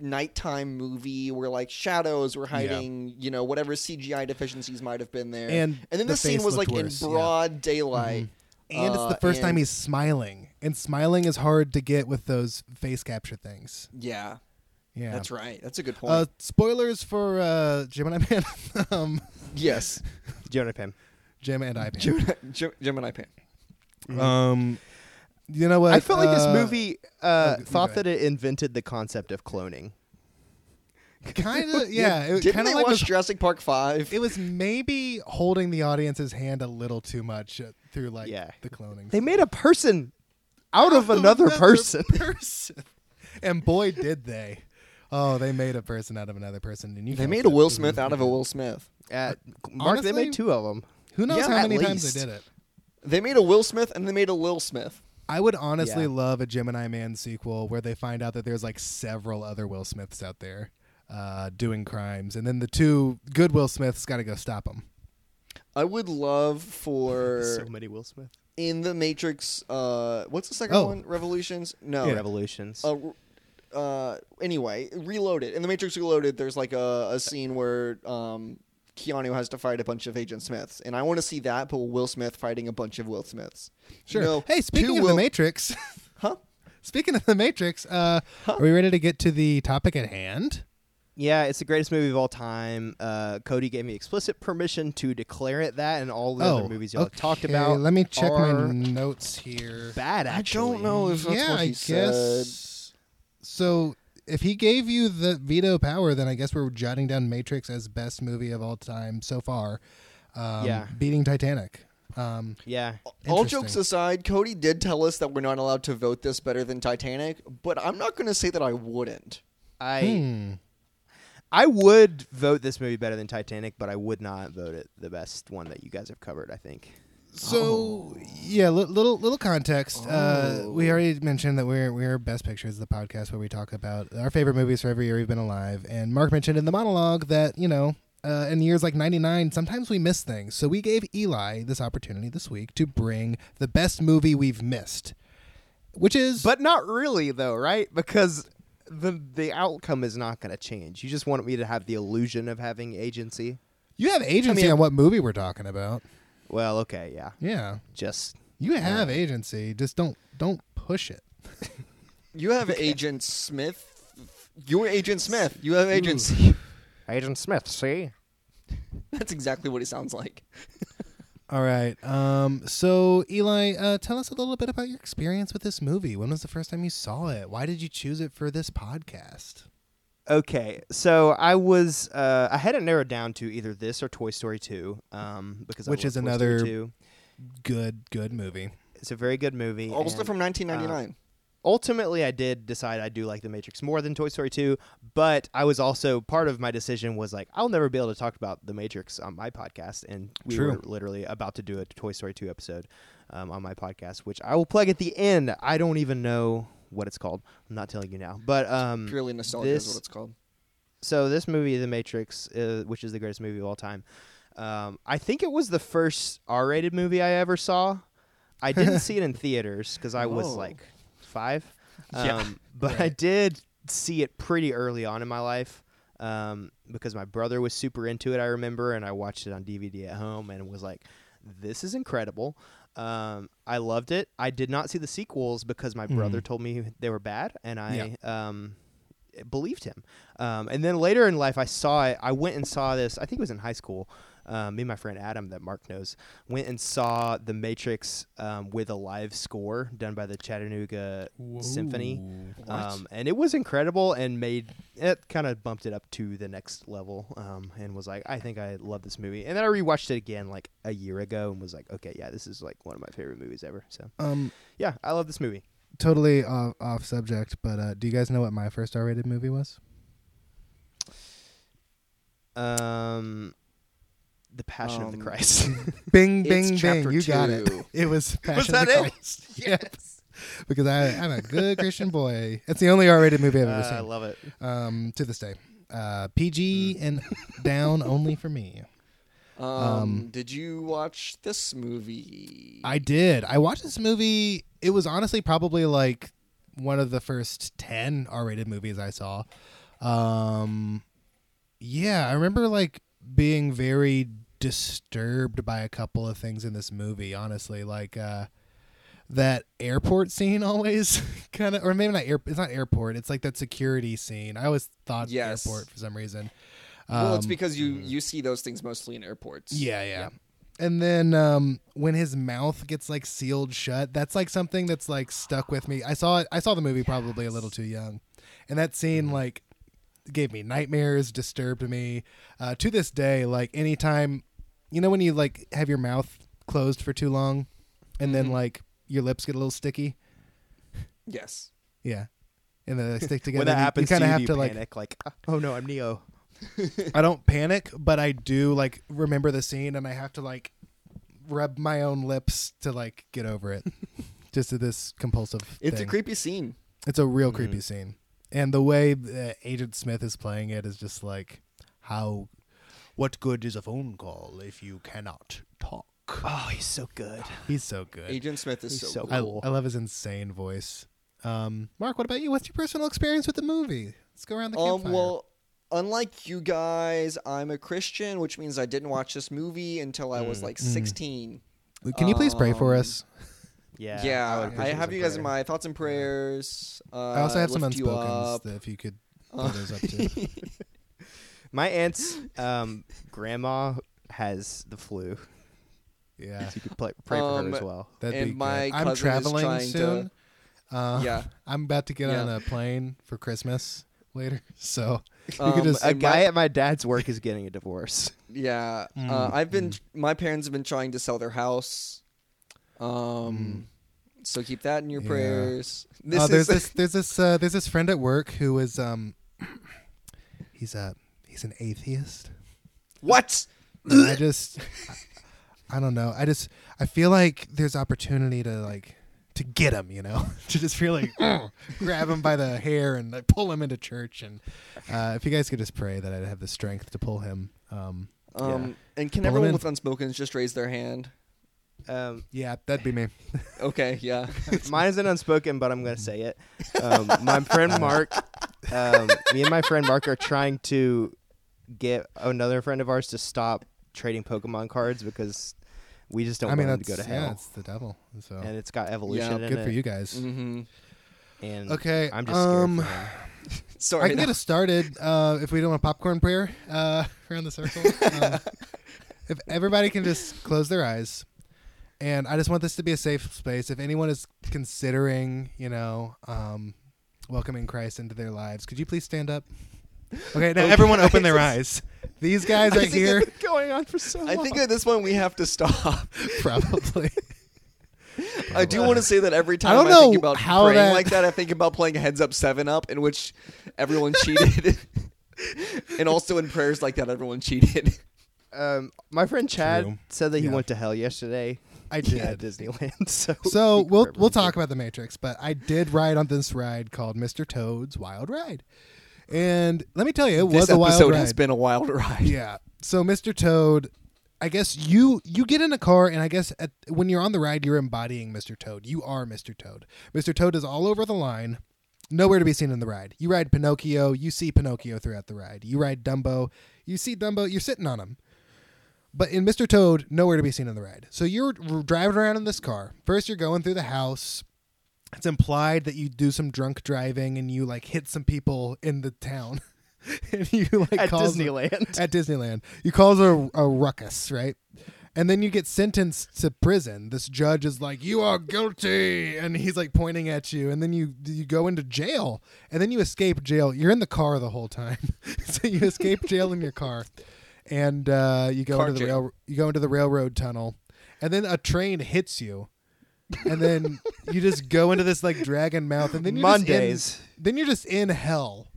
S1: nighttime movie where like shadows were hiding, you know, whatever CGI deficiencies might have been there.
S2: And
S1: then
S2: the
S1: the, scene
S2: face
S1: was
S2: looked
S1: like
S2: worse, yeah. Mm-hmm.
S1: in broad daylight.
S2: and it's
S1: Uh,
S2: the first time
S1: and-
S2: he's smiling, and smiling is hard to get with those face capture things.
S1: Yeah,
S2: Yeah,
S1: that's right. That's a good point.
S2: Uh, spoilers for uh, Gemini Man, um,
S1: yes,
S4: Gemini Pam.
S2: Jim and I. Pam.
S1: Gemini, Gem- Gemini Pan.
S2: Um, you know what?
S4: I felt like this
S2: uh,
S4: movie uh,
S2: you
S4: thought
S2: go
S4: that it invented the concept of cloning.
S2: kind of yeah it
S1: Didn't
S2: kind of
S1: they
S2: like
S1: watch
S2: was,
S1: Jurassic Park Five?
S2: it was maybe holding the audience's hand a little too much uh, through like
S4: Yeah.
S2: the cloning
S4: They made a person out of another person.
S2: person and boy did they oh they made a person out of another person and you
S1: they
S2: felt
S1: made a
S2: it.
S1: Will Smith out of a Will Smith.
S4: Uh, Mark, they
S2: honestly-
S4: made two of them.
S2: who knows
S1: Yeah,
S2: how
S1: at
S2: many times they
S4: least.
S2: did it
S1: They made a Will Smith and they made a Lil Smith.
S2: I would honestly
S4: Yeah.
S2: love a Gemini Man sequel where they find out that there's like several other Will Smiths out there uh, doing crimes, and then the two good Will Smiths got to go stop them.
S1: I would love for
S4: So many Will Smith.
S1: in the Matrix. Uh, what's the second
S2: Oh.
S1: one? Revolutions? No.
S4: Oh, Revolutions.
S1: Uh, uh, anyway, Reloaded. In the Matrix Reloaded, there's like a, a scene where um, Keanu has to fight a bunch of Agent Smiths, and I want to see that, but Will Smith fighting a bunch of Will Smiths.
S2: Sure.
S1: You know,
S2: hey,
S1: two
S2: speaking of
S1: Will-
S2: the Matrix,
S1: huh?
S2: Speaking of the Matrix, uh, are we ready to get to the topic at hand?
S4: yeah, it's the greatest movie of all time. Uh, Cody gave me explicit permission to declare it that, and all the other movies y'all have talked
S2: Oh, okay,
S4: about.
S2: Let me check
S4: are
S2: my notes here.
S4: Bad. Actually.
S1: I don't know if that's
S2: yeah,
S1: what
S2: I
S1: he said.
S2: guess. So, if he gave you the veto power, then I guess we're jotting down Matrix as best movie of all time so far. Um,
S4: Yeah.
S2: beating Titanic. Um,
S4: Yeah.
S1: All
S2: Interesting.
S1: jokes aside, Cody did tell us that we're not allowed to vote this better than Titanic, but I'm not going to say that I wouldn't.
S4: I
S2: hmm.
S4: I would vote this movie better than Titanic, but I would not vote it the best one that you guys have covered. I think.
S2: So yeah, li- little little context. Uh, we already mentioned that we're we're Best Pictures, the podcast where we talk about our favorite movies for every year we've been alive. And Mark mentioned in the monologue that you know. Uh, in years like 99, sometimes we miss things. So we gave Eli this opportunity this week to bring the best movie we've missed, which is
S4: But not really though, right? Because the the outcome is not going to change. You just want me to have the illusion of having agency.
S2: you have agency on what movie we're talking about.
S4: Well, okay, yeah.
S2: Yeah,
S4: Just
S2: you have agency. Just don't don't push it.
S1: You have Agent Smith. You're Agent Smith. You have agency.
S4: Agent Smith, see?
S1: That's exactly what he sounds like.
S2: All right. Um, so, Eli, uh, tell us a little bit about your experience with this movie. When was the first time you saw it? Why did you choose it for this podcast?
S4: Okay, so I was uh, I had it narrowed down to either this or Toy Story Two, um, because I
S2: Which
S4: love
S2: is
S4: Toy Story
S2: another-
S4: 2.
S2: Good, good movie.
S4: It's a very good movie.
S1: Also
S4: and-
S1: from
S2: uh,
S1: 1999.
S4: ultimately I did decide I do like The Matrix more than Toy Story 2, but I was also part of my decision was like I'll never be able to talk about The Matrix on my podcast and we
S2: True.
S4: were literally about to do a Toy Story 2 episode um, on my podcast which I will plug at the end. I don't even know what it's called. I'm not telling you now. But um
S1: Purely nostalgia is
S4: this-
S1: what it's called.
S4: so this movie, The Matrix, uh, which is the greatest movie of all time, um, I think it was the first R-rated movie I ever saw. I didn't see it in theaters because I was
S1: Oh.
S4: like five, um,
S1: Yeah.
S4: but I did see it pretty early on in my life um, because my brother was super into it. I remember, and I watched it on DVD at home and was like, "This is incredible." Um, I loved it. I did not see the sequels because my
S1: Mm.
S4: brother told me they were bad, and I um, believed him. Um, and then later in life, I saw it. I went and saw this. I think it was in high school. Um, me and my friend Adam, that Mark knows, went and saw The Matrix um, with a live score done by the Chattanooga Symphony. Um, and it was incredible and made it kind of bumped it up to the next level um, and was like, I think I love this movie. And then I rewatched it again like a year ago and was like, okay, yeah, this is like one of my favorite movies ever. So,
S2: Um,
S4: yeah, I love this movie.
S2: totally off, off subject, but uh, do you guys know what my first R-rated movie was?
S4: Um, the Passion of the
S1: Um,
S4: Christ.
S2: Bing,
S1: It's
S2: bing, bing.
S1: chapter
S2: You got it.
S1: two.
S2: It was Passion of
S4: that
S2: the
S4: it?
S2: Christ. yes. Because I, I'm a good Christian boy. It's the only R-rated movie I've ever
S4: Uh, I
S2: seen
S4: love it.
S2: um, to this day. Uh, PG and down only for me. Mm-hmm.
S1: Um, did you watch this movie?
S2: I did. I watched this movie. It was honestly probably like one of the first 10 R-rated movies I saw. Um yeah, I remember like being very disturbed by a couple of things in this movie, honestly, like uh that airport scene always kind of or maybe not air it's not airport, it's like that security scene. I always thought
S1: Yes.
S2: airport for some reason.
S1: well, it's because you you see those things mostly in airports.
S2: um, mm-hmm. Yeah, yeah. And then um, when his mouth gets like sealed shut, that's like something that's like stuck with me. I saw it. I saw the movie probably a little too young, and that
S4: Mm-hmm.
S2: scene like gave me nightmares, disturbed me. Uh, to this day, like anytime, you know, when you like have your mouth closed for too long, and
S4: Mm-hmm.
S2: then like your lips get a little sticky.
S1: Yes.
S2: Yeah. And then they stick together.
S4: when that
S2: you-
S4: happens,
S2: you
S4: to
S2: kind of
S4: you,
S2: have
S4: do you
S2: to like
S4: panic, like, oh no, I'm Neo.
S2: I don't panic, but I do like remember the scene, and I have to like rub my own lips to like get over it. Just to this compulsive.
S1: It's
S2: thing.
S1: a Mm-hmm. creepy scene.
S2: It's a real creepy scene, and the way uh, Agent Smith is playing it is just like how. What good is a phone call if you cannot talk?
S4: Oh, he's so good.
S2: He's so good.
S1: Agent Smith is
S4: He's
S1: so,
S4: so
S1: cool.
S2: I,
S4: cool.
S2: I love his insane voice. Um, Mark, what about you? What's your personal experience with the movie? Let's go around the
S1: Um,
S2: campfire.
S1: well, unlike you guys, I'm a Christian, which means I didn't watch this movie until I
S2: Mm,
S1: was like 16.
S2: Can you please pray for
S1: um,
S2: us?
S4: Yeah.
S1: Yeah,
S4: would
S1: I,
S4: appreciate
S1: have
S4: some
S1: you guys in
S4: prayer.
S1: my thoughts and prayers. Uh,
S2: I also have some
S1: lift you
S2: unspokens
S1: up.
S2: that if you could pull those up too.
S4: My aunt's um, grandma has the flu.
S2: Yeah,
S4: So you could play, pray for
S1: Um,
S4: her as well.
S2: that'd
S1: And
S2: be
S1: my
S2: good. I'm
S1: cousin is
S2: traveling
S1: trying to-
S2: soon. uh,
S1: yeah.
S2: I'm about to get
S1: Yeah.
S2: on a plane for Christmas later, so uh, you
S1: Um,
S2: could just.
S4: A
S1: and
S4: guy
S1: my-
S4: at my dad's work is getting a divorce.
S1: Yeah,
S2: Mm,
S1: uh, I've been. My parents have been trying to sell their house, um, so keep that in your
S2: Mm. Yeah.
S1: prayers. This
S2: Uh,
S1: is
S2: there's this there's this uh, there's this friend at work who is um, he's a he's an atheist.
S1: what?
S2: And I just, I, I don't know. I just I feel like there's opportunity to like to get him, you know, to just feel like "Ugh," grab him by the hair and like, pull him into church. And uh, if you guys could just pray that I'd have the strength to pull him. Um,
S1: Um, and can
S2: Pull 'em
S1: everyone
S2: in.
S1: with unspokens just raise their hand?
S4: Um,
S2: yeah, that'd be me.
S1: Okay, yeah.
S4: mine isn't unspoken, but I'm going to say it. Um, my
S2: Uh-huh.
S4: friend Mark, um, me and my friend Mark are trying to get another friend of ours to stop trading Pokemon cards because we just don't
S2: I mean,
S4: want
S2: that's
S4: him to go to hell.
S2: yeah, it's the devil. So
S4: and it's got evolution in
S2: good
S4: it.
S2: for you guys.
S1: hmm
S4: And
S2: Okay,
S4: I'm just
S2: um,
S4: scared. For him.
S2: I
S1: Sorry.
S2: can
S1: no.
S2: get us started uh, if we do a popcorn prayer uh, around the circle. Um, if everybody can just close their eyes, and I just want this to be a safe space. If anyone is considering, you know, um, welcoming Christ into their lives, could you please stand up? Okay, now everyone open their eyes. These guys right here,
S4: going on for so
S1: I think at this point we have to stop.
S2: probably.
S1: I do want to say that every time I,
S2: don't
S1: think
S2: know
S1: about
S2: how
S1: praying
S2: that-
S1: like that, I think about playing Heads Up Seven Up, in which everyone cheated, and also in prayers like that, everyone cheated.
S4: um, my friend Chad
S2: True.
S4: said that he
S2: Yeah.
S4: went to hell yesterday.
S2: I
S4: at
S2: did.
S4: Disneyland. So,
S2: So
S4: he
S2: we'll
S4: probably
S2: we'll
S4: did.
S2: talk about the Matrix, but I did ride on this ride called Mr. Toad's Wild Ride, and let me tell you, it was
S1: this
S2: a wild
S1: episode
S2: ride.
S1: has been a wild ride.
S2: Yeah. So Mr. Toad, I guess you you get in a car and I guess at, when you're on the ride you're embodying Mr. Toad. You are Mr. Toad. Mr. Toad is all over the line. Nowhere to be seen in the ride. You ride Pinocchio, you see Pinocchio throughout the ride. You ride Dumbo, you see Dumbo, you're sitting on him. But in Mr. Toad, nowhere to be seen in the ride. So you're r- driving around in this car. First you're going through the house. It's implied that you do some drunk driving and you like hit some people in the town. and you like
S4: at
S2: cause them-
S4: Disneyland.
S2: at Disneyland. You cause a, a ruckus, right? And then you get sentenced to prison. This judge is like, "You are guilty," and he's like pointing at you. And then you you go into jail, and then you escape jail. You're in the car the whole time, so you escape jail in your car, and uh, you go
S1: Car
S2: into the
S1: jail.
S2: rail, you go into the railroad tunnel, and then a train hits you, and then you just go into this like dragon mouth, and then you're just in-
S4: Mondays.
S2: then you're just in hell.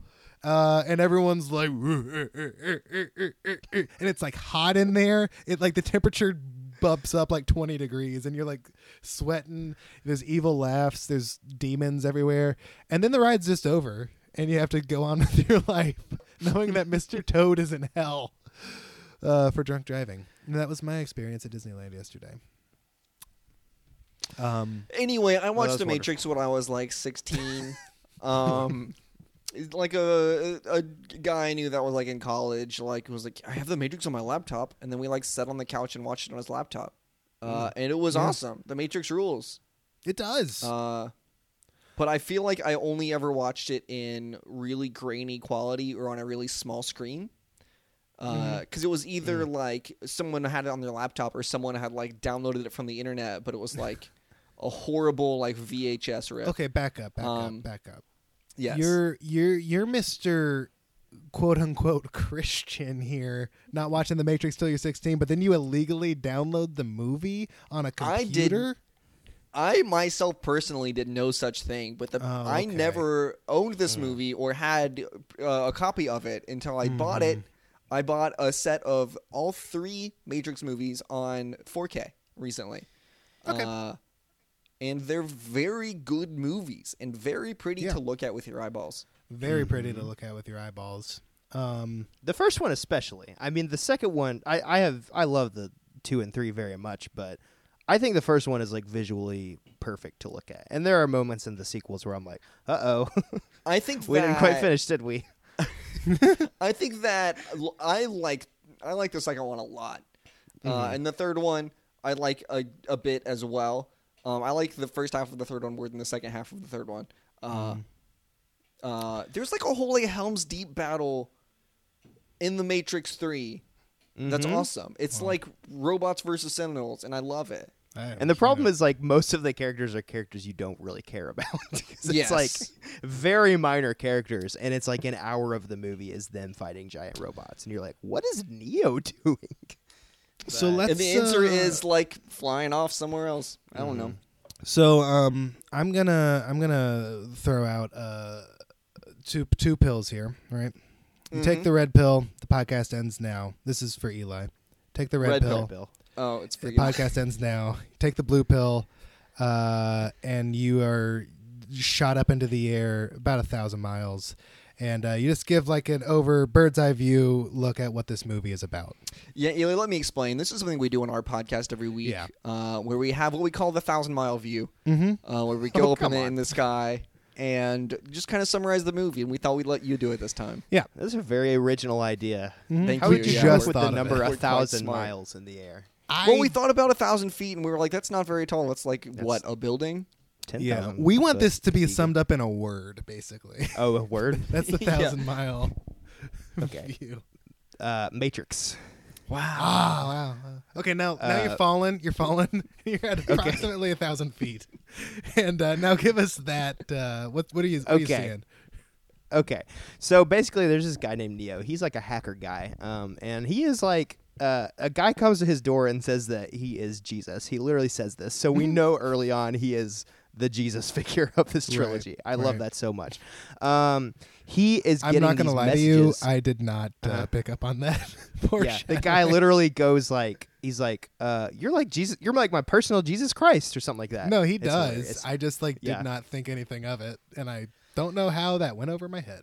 S2: Uh, and everyone's like, "Eh, eh, eh, eh, eh, eh, eh," and it's like hot in there. It like the temperature bumps up like 20 degrees, and you're like sweating. There's evil laughs. There's demons everywhere, and then the ride's just over, and you have to go on with your life, knowing that Mr. Toad is in hell uh, for drunk driving. And that was my experience at Disneyland yesterday. Um,
S1: Anyway, I watched
S4: was
S1: The Matrix when I was like 16. um, it's like a a guy I knew that was like in college, like was like, I have The Matrix on my laptop, and then we like sat on the couch and watched it on his laptop, uh, and it was awesome. The Matrix rules.
S2: it does.
S1: Uh, but I feel like I only ever watched it in really grainy quality or on a really small screen.
S2: Mm-hmm.
S1: Because it was either like someone had it on their laptop or someone had like downloaded it from the internet, but it was like a horrible like VHS rip.
S2: okay, back up, back
S1: Um,
S2: up, back up.
S1: Yes.
S2: You're you're you're Mr. quote unquote Christian here, not watching The Matrix till you're 16, but then you illegally download the movie on a computer.
S1: I didn't. I myself personally did no such thing, but the
S2: Oh,
S1: I
S2: okay. Hmm.
S1: never owned this movie or had uh, a copy of it until I bought it.
S2: Mm-hmm.
S1: I bought a set of all three Matrix movies on 4K recently.
S2: Okay.
S1: Uh, and they're very good movies and very pretty
S2: Yeah.
S1: to look at with your eyeballs.
S2: Very pretty
S1: Hmm.
S2: to look at with your eyeballs. Um,
S4: The first one especially. I mean, the second one, I, I have, I love the two and three very much, but I think the first one is like visually perfect to look at. And there are moments in the sequels where I'm like, uh oh,
S1: I think
S4: we didn't quite
S1: that-
S4: finish, did we?
S1: I think that l- I like I like the second one a lot, uh, and the third one I like a, a bit as well. Um, I like the first half of the third one more than the second half of the third one. Uh, uh, there's like a whole like, Helm's Deep battle in the Matrix 3 That's awesome. It's like robots versus Sentinels, and I love it.
S2: I-
S4: And the problem is like most of the characters are characters you don't really care about. 'Cause it's
S1: Yes.
S4: like very minor characters, and it's like an hour of the movie is them fighting giant robots, and you're like, what is Neo doing?
S2: so
S4: bad.
S2: let's
S1: and the answer
S2: uh,
S1: is like flying off somewhere else. I don't know.
S2: So um, I'm gonna I'm gonna throw out uh, two two pills here. Right, you
S1: Mm-hmm.
S2: take the red pill. The podcast ends now. This is for Eli. Take the red,
S1: Red pill.
S2: pill.
S4: Bill.
S1: Oh, it's
S2: the
S1: pretty.
S2: podcast ends now. Take the blue pill, uh, and you are shot up into the air about a thousand miles, and uh, you just give like an over bird's eye view look at what this movie is about.
S1: Yeah, Eli, let me explain. This is something we do on our podcast every week,
S2: Yeah.
S1: uh, where we have what we call the thousand mile view,
S2: Mhm.
S4: Mm-hmm.
S1: uh, where we go
S4: Oh,
S1: up in the, in the sky and just kind of summarize the movie. And we thought we'd let you do it this time.
S4: This is a very original idea.
S1: Thank
S4: Mm-hmm. How
S1: you.
S4: would you
S1: yeah.
S4: come
S2: Just
S4: up with
S2: thought
S4: the
S2: of
S4: number
S2: it.
S1: We're
S4: a
S1: quite
S4: thousand
S1: smart.
S4: miles in the air?
S1: Well, we thought about a thousand feet, and we were like, "That's not very tall. That's like what a building."
S4: Ten
S2: yeah,
S4: thousand
S2: we want
S4: foot
S2: this to be
S4: eagle.
S2: summed up in a word, basically.
S4: Oh, a word.
S2: That's the
S1: Yeah.
S2: thousand mile
S4: Okay.
S2: view.
S4: Uh, Matrix.
S1: Wow.
S2: Ah, wow, wow. Okay, now now you're falling. You're falling. You're at approximately a thousand feet, and uh, now give us that. Uh, what what are you? What Are you
S4: Okay.
S2: seeing?
S4: Okay, so basically, there's this guy named Neo. He's like a hacker guy, um, and he is like uh, a guy comes to his door and says that he is Jesus. He literally says this, so we know early on he is the Jesus figure of this trilogy. I love
S2: right.
S4: that so much. Um, he is.
S2: I'm
S4: getting
S2: not gonna
S4: these
S2: lie
S4: messages. Uh-huh.
S2: to you. I did not uh, pick up on that. Poor
S4: yeah, the guy literally goes like, he's like, uh, "You're like Jesus. You're like my personal Jesus Christ or something like that."
S2: No, he
S4: It's
S2: does.
S4: hilarious.
S2: I just like did
S4: Yeah.
S2: not think anything of it, and I don't know how that went over my head.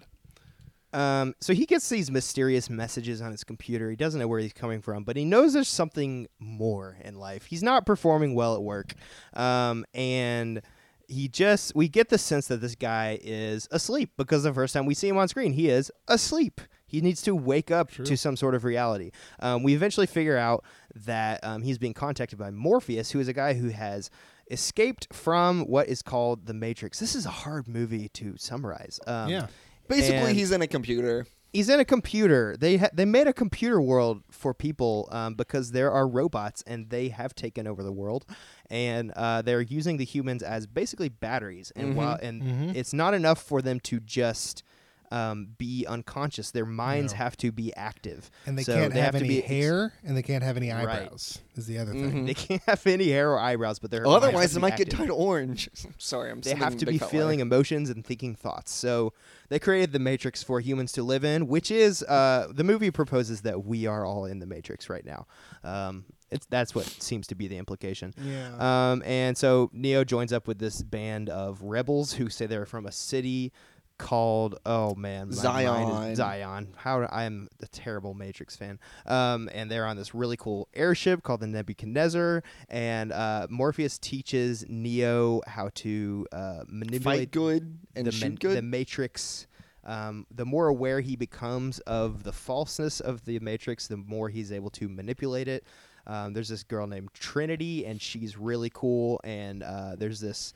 S4: Um, so he gets these mysterious messages on his computer. He doesn't know where he's coming from, but he knows there's something more in life. He's not performing well at work. Um, and he just, we get the sense that this guy is asleep because the first time we see him on screen, he is asleep. He needs to wake up to some sort of reality. Um, we eventually figure out that um, he's being contacted by Morpheus, who is a guy who has escaped from what is called the Matrix. This is a hard movie to summarize. Um,
S2: Yeah.
S1: Basically,
S4: and-
S1: he's in a computer.
S4: he's in a computer. They ha- they made a computer world for people um, because there are robots and they have taken over the world, and uh, they're using the humans as basically batteries. And
S2: Mm-hmm.
S4: while and it's not enough for them to just um, be unconscious. Their minds have to be active,
S2: And they
S4: So
S2: can't
S4: they
S2: have,
S4: to
S2: any
S4: be Mm-hmm. ex-
S2: hair, and they can't have any eyebrows. Is the other thing.
S4: They can't have any hair or eyebrows, but they're
S1: Otherwise, they might get dyed orange. Sorry, I'm.
S4: they have
S1: sending
S4: to
S1: big
S4: be
S1: fat
S4: feeling
S1: letter.
S4: emotions and thinking thoughts. So they created the Matrix for humans to live in, which is uh, the movie proposes that we are all in the Matrix right now. Um, it's, that's what seems to be the implication.
S2: Yeah.
S4: Um, and so Neo joins up with this band of rebels who say they're from a city called oh man my mind
S1: Zion.
S4: is- Zion. How do- I am a terrible Matrix fan. Um, and they're on this really cool airship called the Nebuchadnezzar, and uh, Morpheus teaches Neo how to uh, manipulate
S1: fight good and
S4: the,
S1: shoot
S4: men-
S1: good.
S4: the matrix um, the more aware he becomes of the falseness of the matrix the more he's able to manipulate it um, there's this girl named trinity and she's really cool and uh, there's this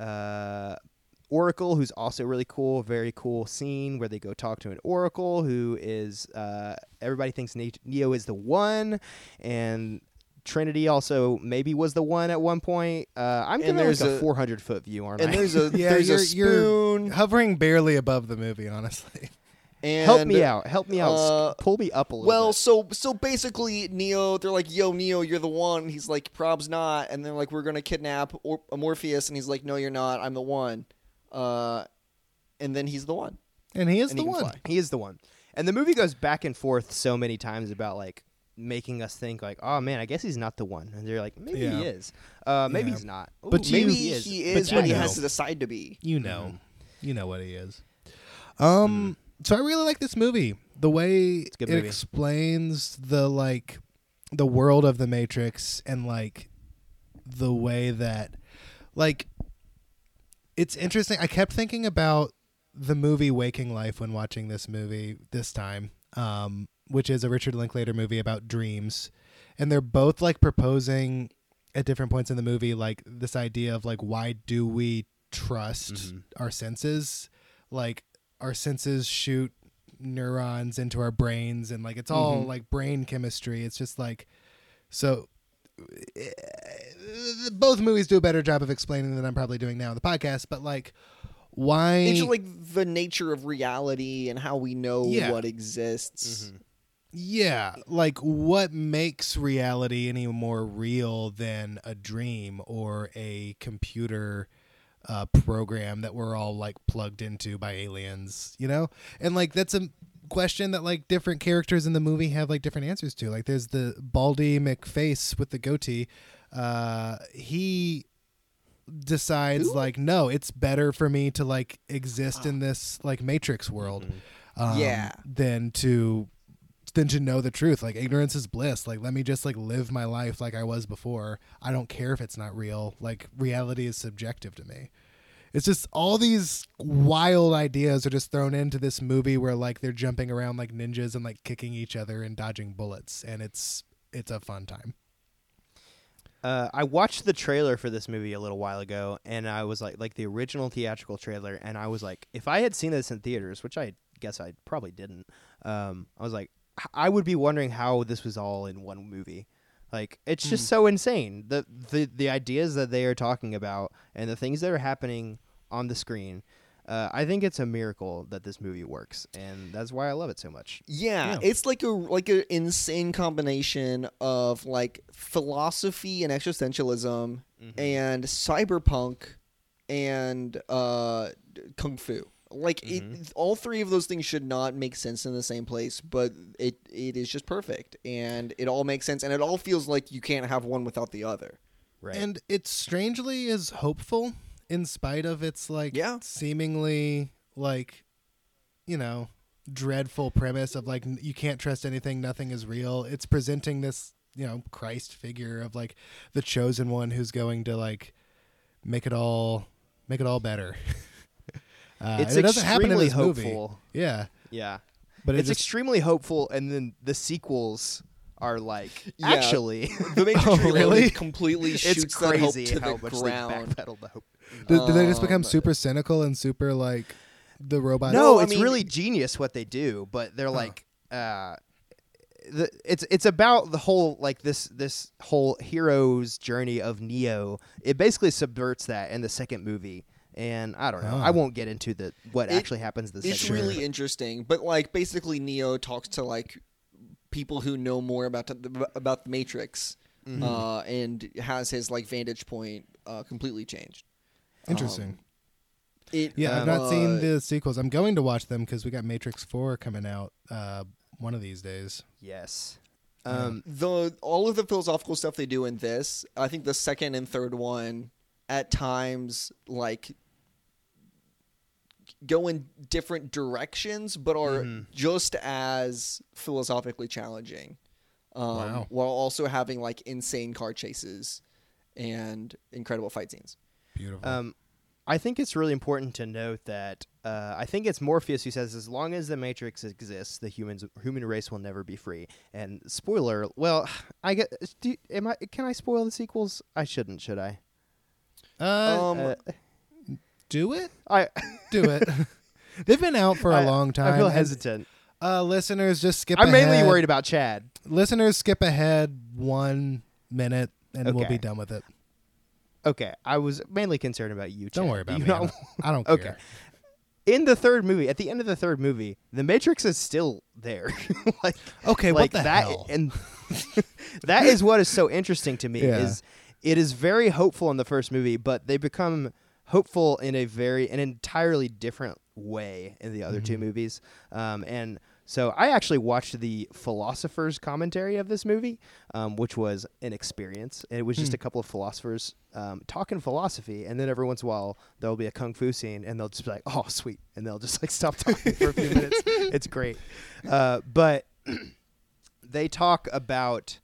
S4: uh, oracle who's also really cool very cool scene where they go talk to an oracle who is uh, everybody thinks Ne- neo is the one and Trinity also maybe was the one at one point. Uh, I'm
S1: And
S4: giving like
S1: there's
S4: a
S1: a-
S4: 400 foot view, aren't
S1: and
S4: I?
S1: there's a
S2: Yeah,
S1: there's
S2: you're,
S1: a spoon.
S2: you're hovering barely above the movie, honestly.
S1: and
S4: Help me out. Help me out. S-
S1: uh,
S4: Pull me up a little.
S1: Well,
S4: bit.
S1: so so basically, Neo, they're like, "Yo, Neo, you're the one." He's like, "Prob's not," and they're like, "We're gonna kidnap or- Morpheus," and he's like, "No, you're not. I'm the one." Uh, and then he's the one.
S2: And he is
S1: And
S2: the
S1: he can
S2: one.
S1: fly.
S4: he is the one. And the movie goes back and forth so many times about like making us think like, oh man, I guess he's not the one. And they're like, maybe
S2: Yeah.
S4: he is. Uh, maybe
S2: Yeah.
S4: he's not. Ooh,
S2: But you-
S4: maybe
S1: Maybe
S4: he is.
S1: he
S4: But
S1: is
S4: you
S1: when he
S4: know.
S1: has to decide to be.
S2: You know, you know what he is. Mm-hmm. Um, so I really like this movie. The way
S4: a good
S2: it
S4: movie.
S2: explains the like the world of the Matrix and like the way that like it's interesting. I kept thinking about the movie Waking Life when watching this movie this time, um, which is a Richard Linklater movie about dreams, and they're both like proposing at different points in the movie like this idea of like why do we trust our senses? Like our senses shoot neurons into our brains, and like it's all like brain chemistry. It's just like so both movies do a better job of explaining than I'm probably doing now in the podcast, but like why
S1: It's just like the nature of reality and how we know
S2: Yeah.
S1: what
S4: Mm-hmm.
S1: exists.
S2: yeah, like what makes reality any more real than a dream or a computer uh, program that we're all like plugged into by aliens, you know? And like that's a question that like different characters in the movie have like different answers to. Like there's the Baldy McFace with the goatee. Uh, he decides like no it's better for me to like exist in this like matrix world um,
S1: Yeah.
S2: than to than to know the truth like ignorance is bliss like let me just like live my life like i was before i don't care if it's not real like reality is subjective to me it's just all these wild ideas are just thrown into this movie where like they're jumping around like ninjas and like kicking each other and dodging bullets and it's it's a fun time
S4: Uh, I watched the trailer for this movie a little while ago, and I was like, like the original theatrical trailer, and I was like, if I had seen this in theaters, which I guess I probably didn't, um, I was like, I would be wondering how this was all in one movie. Like it's just so insane. The the the ideas that they are talking about and the things that are happening on the screen. Uh, I think it's a miracle that this movie works, and that's why I love it so much.
S1: Yeah, it's like a like an insane combination of like philosophy and existentialism
S4: Mm-hmm.
S1: and cyberpunk and uh, kung fu. Like
S4: Mm-hmm.
S1: it, all three of those things should not make sense in the same place, but it it is just perfect and it all makes sense and it all feels like you can't have one without the other.
S4: Right.
S2: And it strangely is hopeful in spite of its like
S1: Yeah.
S2: seemingly like you know dreadful premise of like n- you can't trust anything, nothing is real. It's presenting this, you know, Christ figure of like the chosen one who's going to like make it all make it all better. Uh,
S4: It's
S2: and it doesn't happen in
S4: extremely
S2: this movie.
S4: hopeful.
S2: Yeah.
S4: yeah.
S2: But it
S4: it's
S2: just-
S4: extremely hopeful, and then the sequels are like
S1: Yeah.
S4: actually.
S1: The Matrix
S2: Oh,
S1: Reloaded
S2: really?
S1: completely shoots
S4: it's
S1: that hope
S4: crazy
S1: to
S4: how
S1: the
S4: much
S1: ground.
S4: they backpedal the hope.
S2: Do, do they just become super cynical and super like the robot?
S4: Oh, No,
S1: No, I
S4: it's
S1: mean-
S4: really genius what they do, but they're like, uh, the, it's it's about the whole like this this whole hero's journey of Neo. It basically subverts that in the second movie, and I don't know. I won't get into the what
S1: It-
S4: actually happens. in The
S1: it's
S4: second
S1: really
S4: movie.
S1: interesting but like basically neo talks to like people who know more about the, about the matrix uh, and has his like vantage point uh, completely changed
S4: Oh.
S2: Interesting.
S1: it,
S2: Yeah, I've not seen
S1: uh,
S2: the sequels. I'm going to watch them because we got Matrix Four coming out uh, one of these days.
S4: yes. Um,
S1: the all of the philosophical stuff they do in this i think the second and third one at times like go in different directions but are just as philosophically challenging um,
S2: Wow.
S1: while also having like insane car chases and incredible fight scenes
S2: Beautiful.
S4: Um, I think it's really important to note that uh, I think it's Morpheus who says, "As long as the Matrix exists, the humans human race will never be free." And spoiler, well, I get. Do, am I? Can I spoil the sequels? I shouldn't, should I?
S2: uh,
S1: um,
S4: Uh,
S2: do it.
S4: I
S2: Do it. They've been out for a
S4: I-
S2: long time.
S4: I feel
S2: and,
S4: hesitant.
S2: Uh, listeners, just skip.
S4: I'm mainly
S2: ahead.
S4: worried about Chad.
S2: Listeners, skip ahead one minute, and we'll
S4: Okay.
S2: be done with it.
S4: Okay, I was mainly concerned about you.
S2: Don't
S4: Chad.
S2: worry about
S4: You
S2: me.
S4: know-
S2: I'm- I don't care.
S4: Okay. In the third movie, at the end of the third movie, the Matrix is still there. like,
S2: Okay, what
S4: like
S2: the
S4: that,
S2: hell?
S4: and that is what is so interesting to me.
S2: Yeah.
S4: Is it is very hopeful in the first movie, but they become hopeful in a very an entirely different way in the other two movies. Um, and so I actually watched the philosopher's commentary of this movie, um, which was an experience. It was just a couple of philosophers um, talking philosophy, and then every once in a while there'll be a kung fu scene, and they'll just be like, "Oh, sweet," and they'll just like stop talking for a few minutes. It's great, uh, but they talk about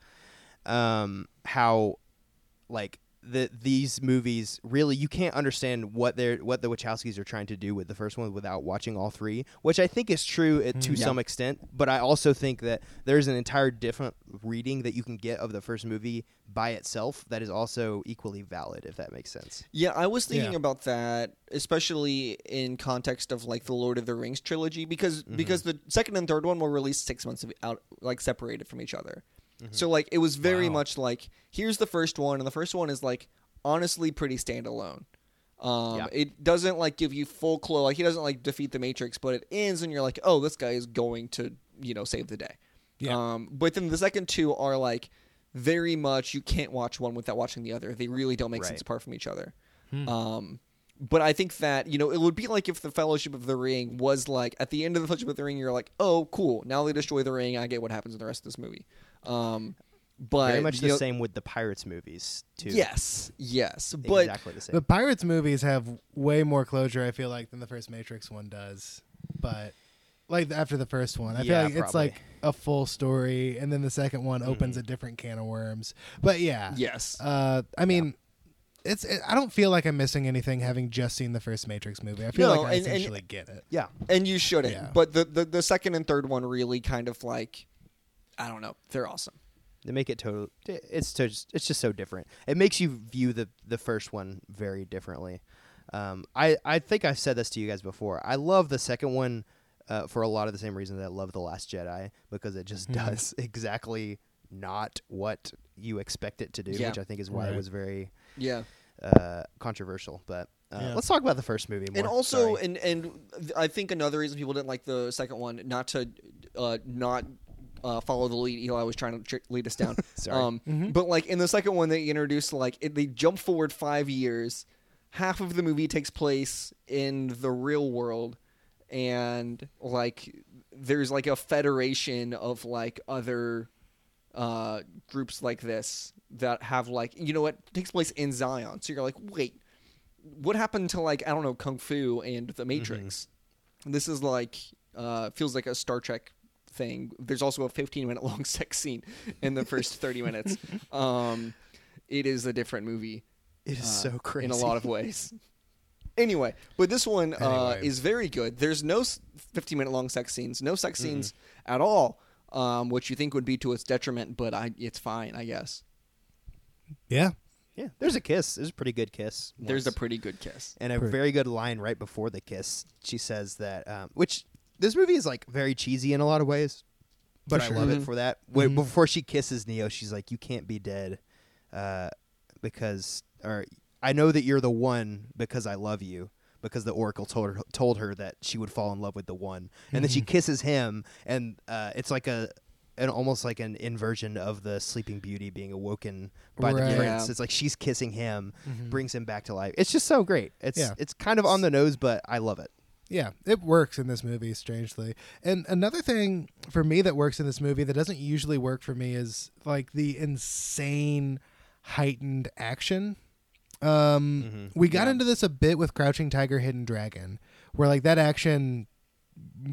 S4: um, how like the these movies really you can't understand what they're what the Wachowskis are trying to do with the first one without watching all three, which I think is true uh, to some extent. But I also think that there's an entire different reading that you can get of the first movie by itself that is also equally valid, if that makes sense.
S1: Yeah, I was thinking
S2: Yeah.
S1: about that, especially in context of like the Lord of the Rings trilogy, because because the second and third one were released six months of- out, like separated from each other. So like it was very much like here's the first one, and the first one is like honestly pretty standalone. Um,
S4: Yeah.
S1: It doesn't like give you full clue. Like he doesn't like defeat the Matrix, but it ends, and you're like, oh, this guy is going to you know save the day.
S2: Yeah.
S1: Um, but then the second two are like very much you can't watch one without watching the other. They really don't make sense
S4: Right. Hmm.
S1: apart from each other. Um, but I think that you know it would be like if the Fellowship of the Ring was like at the end of the Fellowship of the Ring, you're like, oh, cool, now they destroy the ring. I get what happens in the rest of this movie. Um, but
S4: Very much
S1: you
S4: the
S1: know-
S4: same with the Pirates movies too.
S1: Yes, yes, but
S4: exactly the same.
S2: The Pirates movies have way more closure, I feel like, than the first Matrix one does. But like after the first one, I
S4: Yeah,
S2: feel like it's
S4: probably.
S2: like a full story, and then the second one opens a different can of worms. But yeah,
S1: Mm-hmm. yes,
S2: Uh, I mean, it's it, I don't feel like I'm missing anything having just seen the first Matrix movie. I feel
S1: No,
S2: like I
S1: and- and-
S2: essentially get it.
S4: yeah.
S1: and you shouldn't.
S2: Yeah.
S1: But the, the the second and third one really kind of like, I don't know, they're awesome.
S4: They make it total. It's to- it's just so different. It makes you view the the first one very differently. Um, I I think I've said this to you guys before. I love the second one uh, for a lot of the same reasons I love The Last Jedi because it just
S2: Mm-hmm.
S4: does exactly not what you expect it to do,
S1: Yeah.
S4: which I think is why
S2: Right.
S4: it was very
S1: Yeah.
S4: uh, controversial. But uh,
S2: Yeah.
S4: let's talk about the first movie more.
S1: and also
S4: Sorry.
S1: and and th- i think another reason people didn't like the second one not to uh not uh, follow the lead Eli was trying to tr- lead us down.
S4: Sorry. Mm-hmm.
S1: Um, But like in the second one, they introduced like it, they jump forward five years. Half of the movie takes place in the real world, and like there's like a federation of like other uh, groups like this that have like you know what takes place in Zion. So you're like, wait, what happened to like I don't know Kung Fu and The Matrix?
S2: Mm-hmm.
S1: This is like uh, feels like a Star Trek thing. There's also a 15 minute long sex scene in the first 30 minutes. Um, it is a different movie
S4: it is
S1: uh,
S4: so crazy
S1: in a lot of ways. anyway, but this one uh,
S2: Anyway.
S1: is very good. There's no s- 15 minute long sex scenes, no sex
S2: Mm-hmm.
S1: scenes at all, um, which you think would be to its detriment, but I it's fine, I guess.
S2: Yeah.
S4: Yeah, there's a kiss. There's a pretty good kiss.
S1: There's a
S4: once.
S1: pretty good kiss.
S4: and a very good line right before the kiss. She says that, um, which this movie is like very cheesy in a lot of ways, but
S2: For
S4: I
S2: sure. Mm-hmm.
S4: love it for that. When, Before she kisses Neo, she's like, "You can't be dead, uh, because or I know that you're the one because I love you." Because the Oracle told her, told her that she would fall in love with the one, and then she
S2: Mm-hmm.
S4: kisses him, and uh, it's like a, an almost like an inversion of the Sleeping Beauty being awoken by
S2: Right.
S4: the prince.
S1: Yeah.
S4: It's like she's kissing him, brings him back to life. It's just so great. It's
S2: Mm-hmm. Yeah.
S4: it's kind of on the nose, but I love it.
S2: Yeah, it works in this movie strangely. And another thing for me that works in this movie that doesn't usually work for me is like the insane heightened action. Um we got into this a bit with Crouching Tiger Hidden Dragon where like that action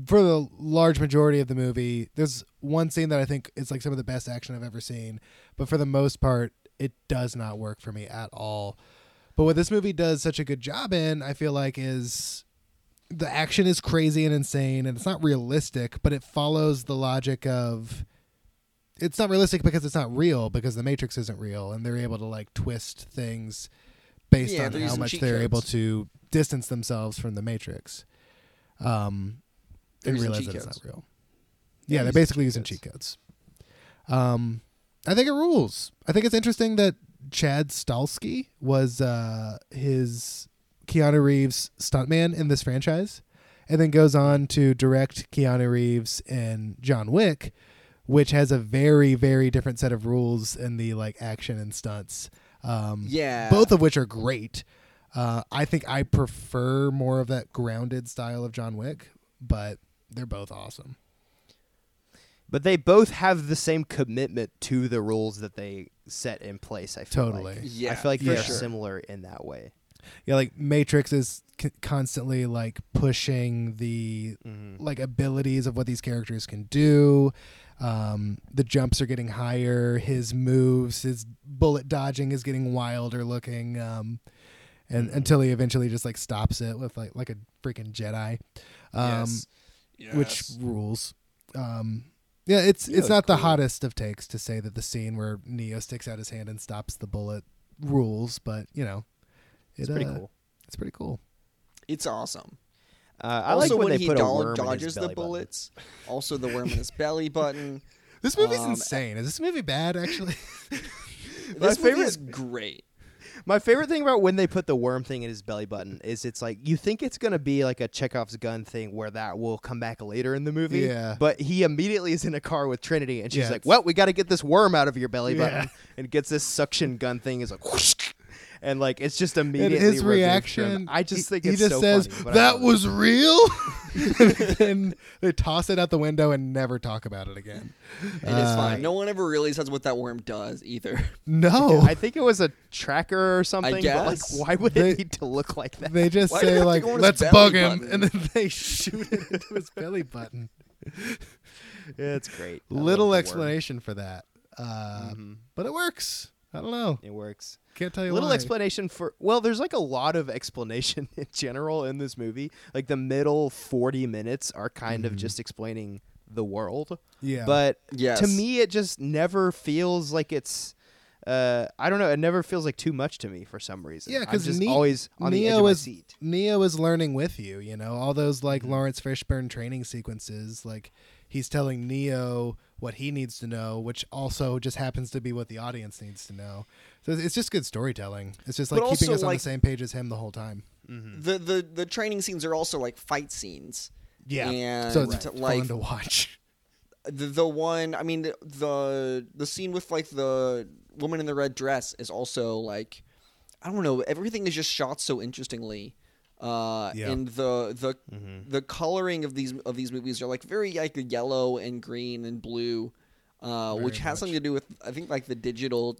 S2: for the large majority of the movie, there's one scene that I think is like some of the best action I've ever seen, but for the most part, it does not work for me at all. But what this movie does such a good job in, I feel like, is the action is crazy and insane and it's not realistic, but it follows the logic of it's not realistic because it's not real because the matrix isn't real and they're able to like twist things based
S1: Yeah,
S2: on
S1: they're
S2: how
S1: using
S2: much
S1: cheat
S2: they're
S1: codes.
S2: able to distance themselves from the matrix. Um
S1: They're
S2: and
S1: using
S2: realize
S1: cheat
S2: that it's
S1: codes.
S2: not real. Yeah, they're basically using cheat codes. Um, I think it rules. I think it's interesting that Chad Stalsky was uh, his Keanu Reeves stuntman in this franchise, and then goes on to direct Keanu Reeves in John Wick, which has a very very different set of rules in the like action and stunts. Um,
S1: Yeah.
S2: both of which are great. Uh, I think I prefer more of that grounded style of John Wick, but they're both awesome.
S4: But they both have the same commitment to the rules that they set in place. I feel
S2: Totally.
S4: Like.
S1: Yeah,
S4: I feel like
S1: for
S4: they're
S1: sure.
S4: similar in that way.
S2: Yeah, like Matrix is c- constantly like pushing the like abilities of what these characters can do. Um, the jumps are getting higher. His moves, his bullet dodging is getting wilder looking. Um, and until he eventually just like stops it with like like a freaking Jedi. Um, which rules. Um, yeah, it's it's not the hottest of takes to say that the scene where Neo sticks out his hand and stops the bullet rules, but you know, it,
S4: It's pretty
S2: uh,
S4: cool.
S2: It's pretty cool.
S1: it's awesome.
S4: Uh, I
S1: also,
S4: like when, they
S1: he
S4: put a
S1: dol-
S4: worm in his
S1: dodges the
S4: belly button.
S1: bullets, also the worm in his belly button.
S2: This movie's
S1: Um,
S2: insane. Is this movie bad? Actually,
S1: This movie
S4: favorite-
S1: is great.
S4: My favorite thing about when they put the worm thing in his belly button is it's like you think it's gonna be like a Chekhov's gun thing where that will come back later in the movie.
S2: Yeah.
S4: But he immediately is in a car with Trinity and she's
S2: Yeah,
S4: like,
S2: it's-
S4: "Well, we got to get this worm out of your belly
S2: Yeah.
S4: button," and gets this suction gun thing. Is like, whoosh, and like it's just immediately
S2: his
S4: removed
S2: reaction.
S4: From, I just think
S2: he
S4: it's
S2: just
S4: so
S2: says
S4: funny, but I
S2: that
S4: love it.
S2: was real. and they toss it out the window and never talk about it again.
S1: It is
S4: Uh,
S1: fine. No one ever really says what that worm does either.
S2: No,
S4: I think it was a tracker or something.
S1: guess.
S4: But like, why would
S2: They-
S4: it need to look like that?
S2: they just
S1: Why do they
S2: say
S1: have to
S2: like,
S1: go in his
S2: "Let's
S1: belly
S2: bug him,"
S1: button?
S2: and then they shoot it into his belly button.
S4: yeah, it's great. I love the
S2: little
S4: worm.
S2: explanation for that, uh, but it works. I don't know.
S4: It works.
S2: Can't tell you
S4: Mm-hmm. little
S2: why.
S4: explanation for well there's like a lot of explanation in general in this movie like the middle 40 minutes are kind of just explaining the world
S2: Mm-hmm. Yeah.
S4: but
S1: Yes.
S4: to me it just never feels like it's uh, I don't know. It never feels like too much to me for some reason.
S2: Yeah,
S4: because
S2: because
S4: always on the edge
S2: Neo
S4: of my
S2: is
S4: seat. Mm-hmm.
S2: Neo is learning with you. You know all those like Lawrence Fishburne training sequences. Like he's telling Neo what he needs to know, which also just happens to be what the audience needs to know. So it's- it's just good storytelling. It's just like
S1: But
S2: keeping
S1: also,
S2: us on
S1: like-
S2: the same page as him the whole time.
S4: Mm-hmm.
S1: The, the the training scenes are also like fight scenes. and
S2: so it's
S1: like
S2: fun to watch.
S1: the, the one i mean the, the the scene with like the woman in the red dress is also like i don't know everything is just shot so interestingly uh
S2: Yeah.
S1: and the the the coloring of these of these movies are like very like yellow and green and blue uh which has something to do with i think like the digital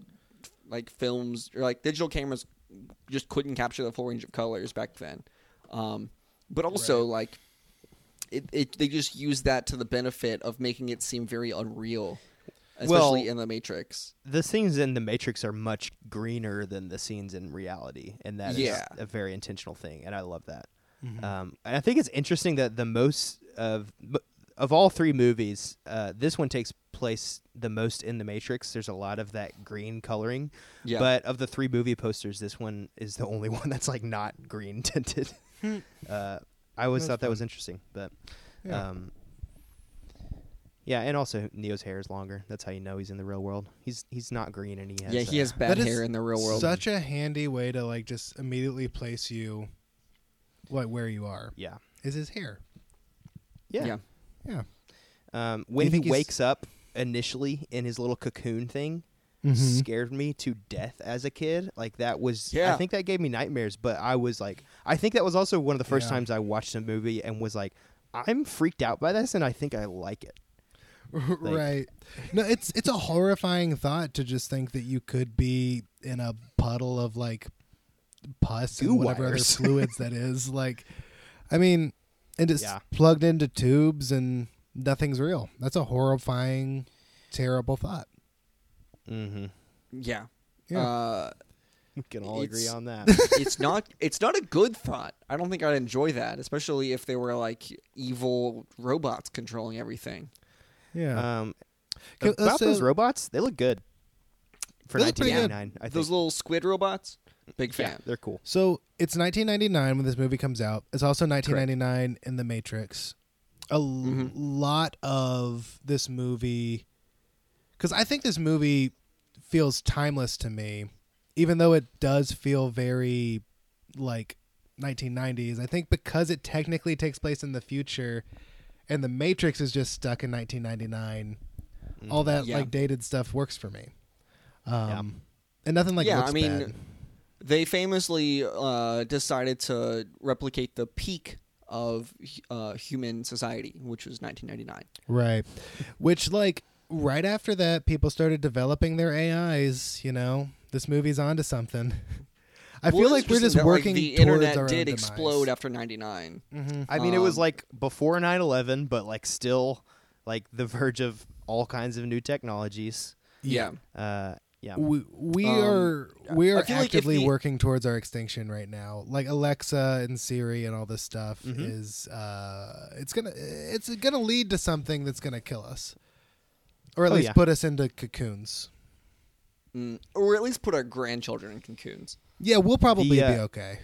S1: like films or like digital cameras just couldn't capture the full range of colors back then um but also like it, it they just use that to the benefit of making it seem very unreal, especially
S4: Well-
S1: in the Matrix.
S4: the scenes in the Matrix are much greener than the scenes in reality, and that is
S1: Yeah. Mm-hmm.
S4: a very intentional thing, and I love that. Um, and I think it's interesting that the most of m- of all three movies, uh, this one takes place the most in the Matrix. There's a lot of that green coloring,
S1: Yeah.
S4: but of the three movie posters, this one is the only one that's like not green tinted.
S1: Hmm.
S4: uh, I always thought that was interesting, but.
S2: Yeah.
S4: Um, yeah, and also Neo's hair is longer. That's how you know he's in the real world. He's he's not green and he has
S1: yeah, he
S4: uh,
S1: has bad
S2: that is
S1: hair in the real world.
S2: Such a handy way to like just immediately place you, what where you are
S4: yeah
S2: is his hair.
S4: yeah.
S1: yeah.
S2: Yeah.
S4: Um, when
S2: you
S4: he
S2: think he's-
S4: wakes up initially in his little cocoon thing,
S2: Mm-hmm.
S4: scared me to death as a kid. Like that was I
S1: Yeah.
S4: think that gave me nightmares. But I was like, I think that was also one of the first
S2: Yeah.
S4: times I watched a movie and was like, I'm freaked out by this and I think I like it.
S2: right. No, it's it's a horrifying thought to just think that you could be in a puddle of like pus
S4: Goo
S2: and whatever
S4: wires.
S2: other fluids that is. Like, I mean, and it's
S4: Yeah.
S2: plugged into tubes and nothing's real. That's a horrifying, terrible thought.
S4: Mm-hmm.
S1: Yeah.
S2: Yeah.
S1: Uh,
S4: We can all agree
S1: It's-
S4: on that.
S1: it's not it's not a good thought. I don't think I'd enjoy that, especially if there were like evil robots controlling everything.
S2: yeah.
S4: um,
S2: Okay,
S4: about
S2: also-
S4: those robots, they look good for
S2: They look pretty good.
S4: 1999. I think
S1: Those little squid robots, big
S4: yeah,
S1: fan.
S4: they're cool.
S2: So it's 1999 when this movie comes out. It's also 1999 in The Matrix. A l-
S1: Mm-hmm.
S2: lot of this movie, because I think this movie feels timeless to me, even though it does feel very like 1990s. I think because it technically takes place in the future, and The Matrix is just stuck in 1999, all that
S1: Mm-hmm. Yeah.
S2: like dated stuff works for me. Um,
S4: Yeah.
S2: And nothing like
S1: yeah,
S2: looks
S1: I mean,
S2: bad.
S1: they famously uh, decided to replicate the peak of uh, human society, which was 1999.
S2: Right. Which, like, right after that, people started developing their AIs. You know, this movie's onto something. I
S1: Well,
S2: feel like
S1: it's
S2: we're
S1: interesting
S2: just
S1: that,
S2: working
S1: Like, the
S2: towards
S1: internet
S2: our
S1: did
S2: own
S1: explode
S2: demise. Mm-hmm.
S1: after '99.
S4: I mean, it was
S1: Um,
S4: like before 9/11, but like still like the verge of all kinds of new technologies.
S1: Yeah.
S4: Uh, yeah,
S2: We, we
S1: Um,
S2: are we
S1: I
S2: are
S1: feel like if
S2: actively
S1: the-
S2: working towards our extinction right now. Like Alexa and Siri and all this stuff
S1: Mm-hmm.
S2: is uh, it's gonna it's gonna lead to something that's gonna kill us, or at
S4: Oh,
S2: least
S4: yeah.
S2: put us into cocoons.
S1: Mm. or at least put our grandchildren in cocoons.
S2: Yeah, we'll probably
S4: uh,
S2: be okay.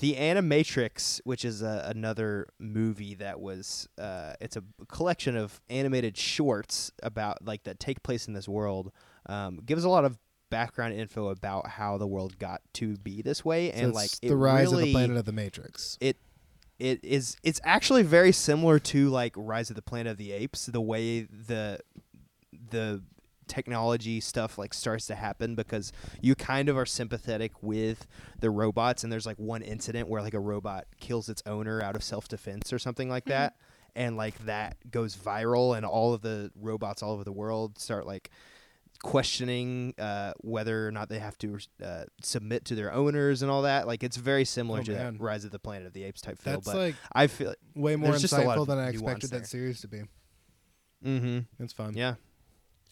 S4: the Animatrix, which is a, another movie that was uh, it's a collection of animated shorts about like that take place in this world. Um, gives a lot of background info about how the world got to be this way,
S2: So
S4: and
S2: it's
S4: like it
S2: the rise
S4: really,
S2: of the planet of the Matrix.
S4: it it is it's actually very similar to like Rise of the Planet of the Apes, the way the the technology stuff like starts to happen because you kind of are sympathetic with the robots and there's like one incident where like a robot kills its owner out of self-defense or something
S2: Mm-hmm.
S4: like that and like that goes viral and all of the robots all over the world start like questioning uh, whether or not they have to uh, submit to their owners and all that like it's very similar
S2: Oh,
S4: to
S2: man.
S4: that Rise of the Planet of the Apes type feel
S2: That's
S4: but
S2: like-
S4: I feel
S2: way more
S4: There's just a lot
S2: insightful
S4: of
S2: than I
S4: nuance
S2: expected
S4: there.
S2: that series to be.
S4: mhm
S2: It's fun.
S4: yeah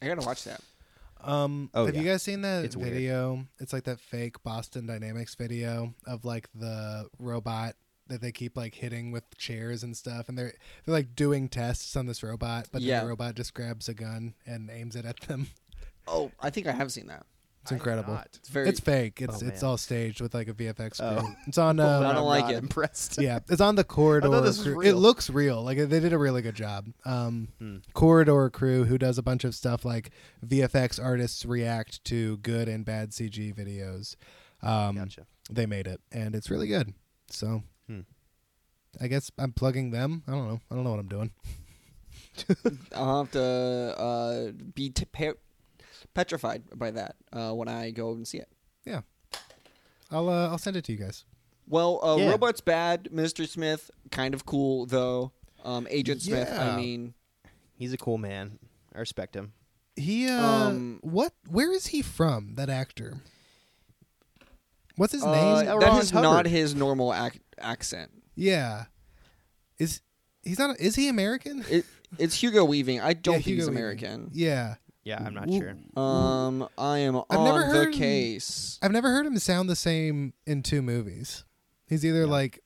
S1: I gotta watch that.
S2: Um.
S4: Oh,
S2: have you
S4: yeah.
S2: guys seen that
S4: It's weird.
S2: video? It's like that fake Boston Dynamics video of like the robot that they keep like hitting with chairs and stuff, and they're they're like doing tests on this robot, but then
S1: Yeah.
S2: the robot just grabs a gun and aims it at them.
S1: Oh, I think I have seen that.
S2: It's incredible.
S4: not.
S1: It's very.
S2: it's fake. It's
S4: Oh,
S2: it's
S4: man.
S2: all staged with like a VFX. crew. It's on. Um,
S1: I don't
S4: I'm
S1: like
S4: not
S1: it.
S4: Impressed.
S2: yeah, it's on the corridor.
S4: this was
S2: crew. It
S4: real. Hmm.
S2: looks real. Like they did a really good job. Um, Corridor crew who does a bunch of stuff like VFX artists react to good and bad CG videos. Um,
S4: Gotcha.
S2: They made it, and it's really good. So,
S4: Hmm.
S2: I guess I'm plugging them. I don't know. I don't know what I'm doing.
S1: I'll have to uh, be t- pe- petrified by that uh, when I go and see it.
S2: Yeah, I'll uh, I'll send it to you guys.
S1: Well, uh,
S4: Yeah.
S1: Robot's bad. Mr. Smith, kind of cool though. Um, Agent Smith,
S2: Yeah.
S1: I mean,
S4: He's a cool man. I respect him.
S2: He uh,
S1: Um,
S2: what? Where is he from? That actor. What's his
S1: uh,
S2: name?
S4: Elrond
S1: that is not
S4: Hubbard.
S1: his normal ac- accent.
S2: Yeah, is he's not? Is he American?
S1: It, it's Hugo Weaving. I don't
S2: Yeah,
S1: think he's
S2: Hugo Weaving.
S1: American.
S2: Yeah,
S4: Yeah, I'm not
S2: Woo-
S4: sure.
S1: Um, I am
S2: I've
S1: on
S2: never
S1: the
S2: heard-
S1: case.
S2: I've never heard him sound the same in two movies. He's either like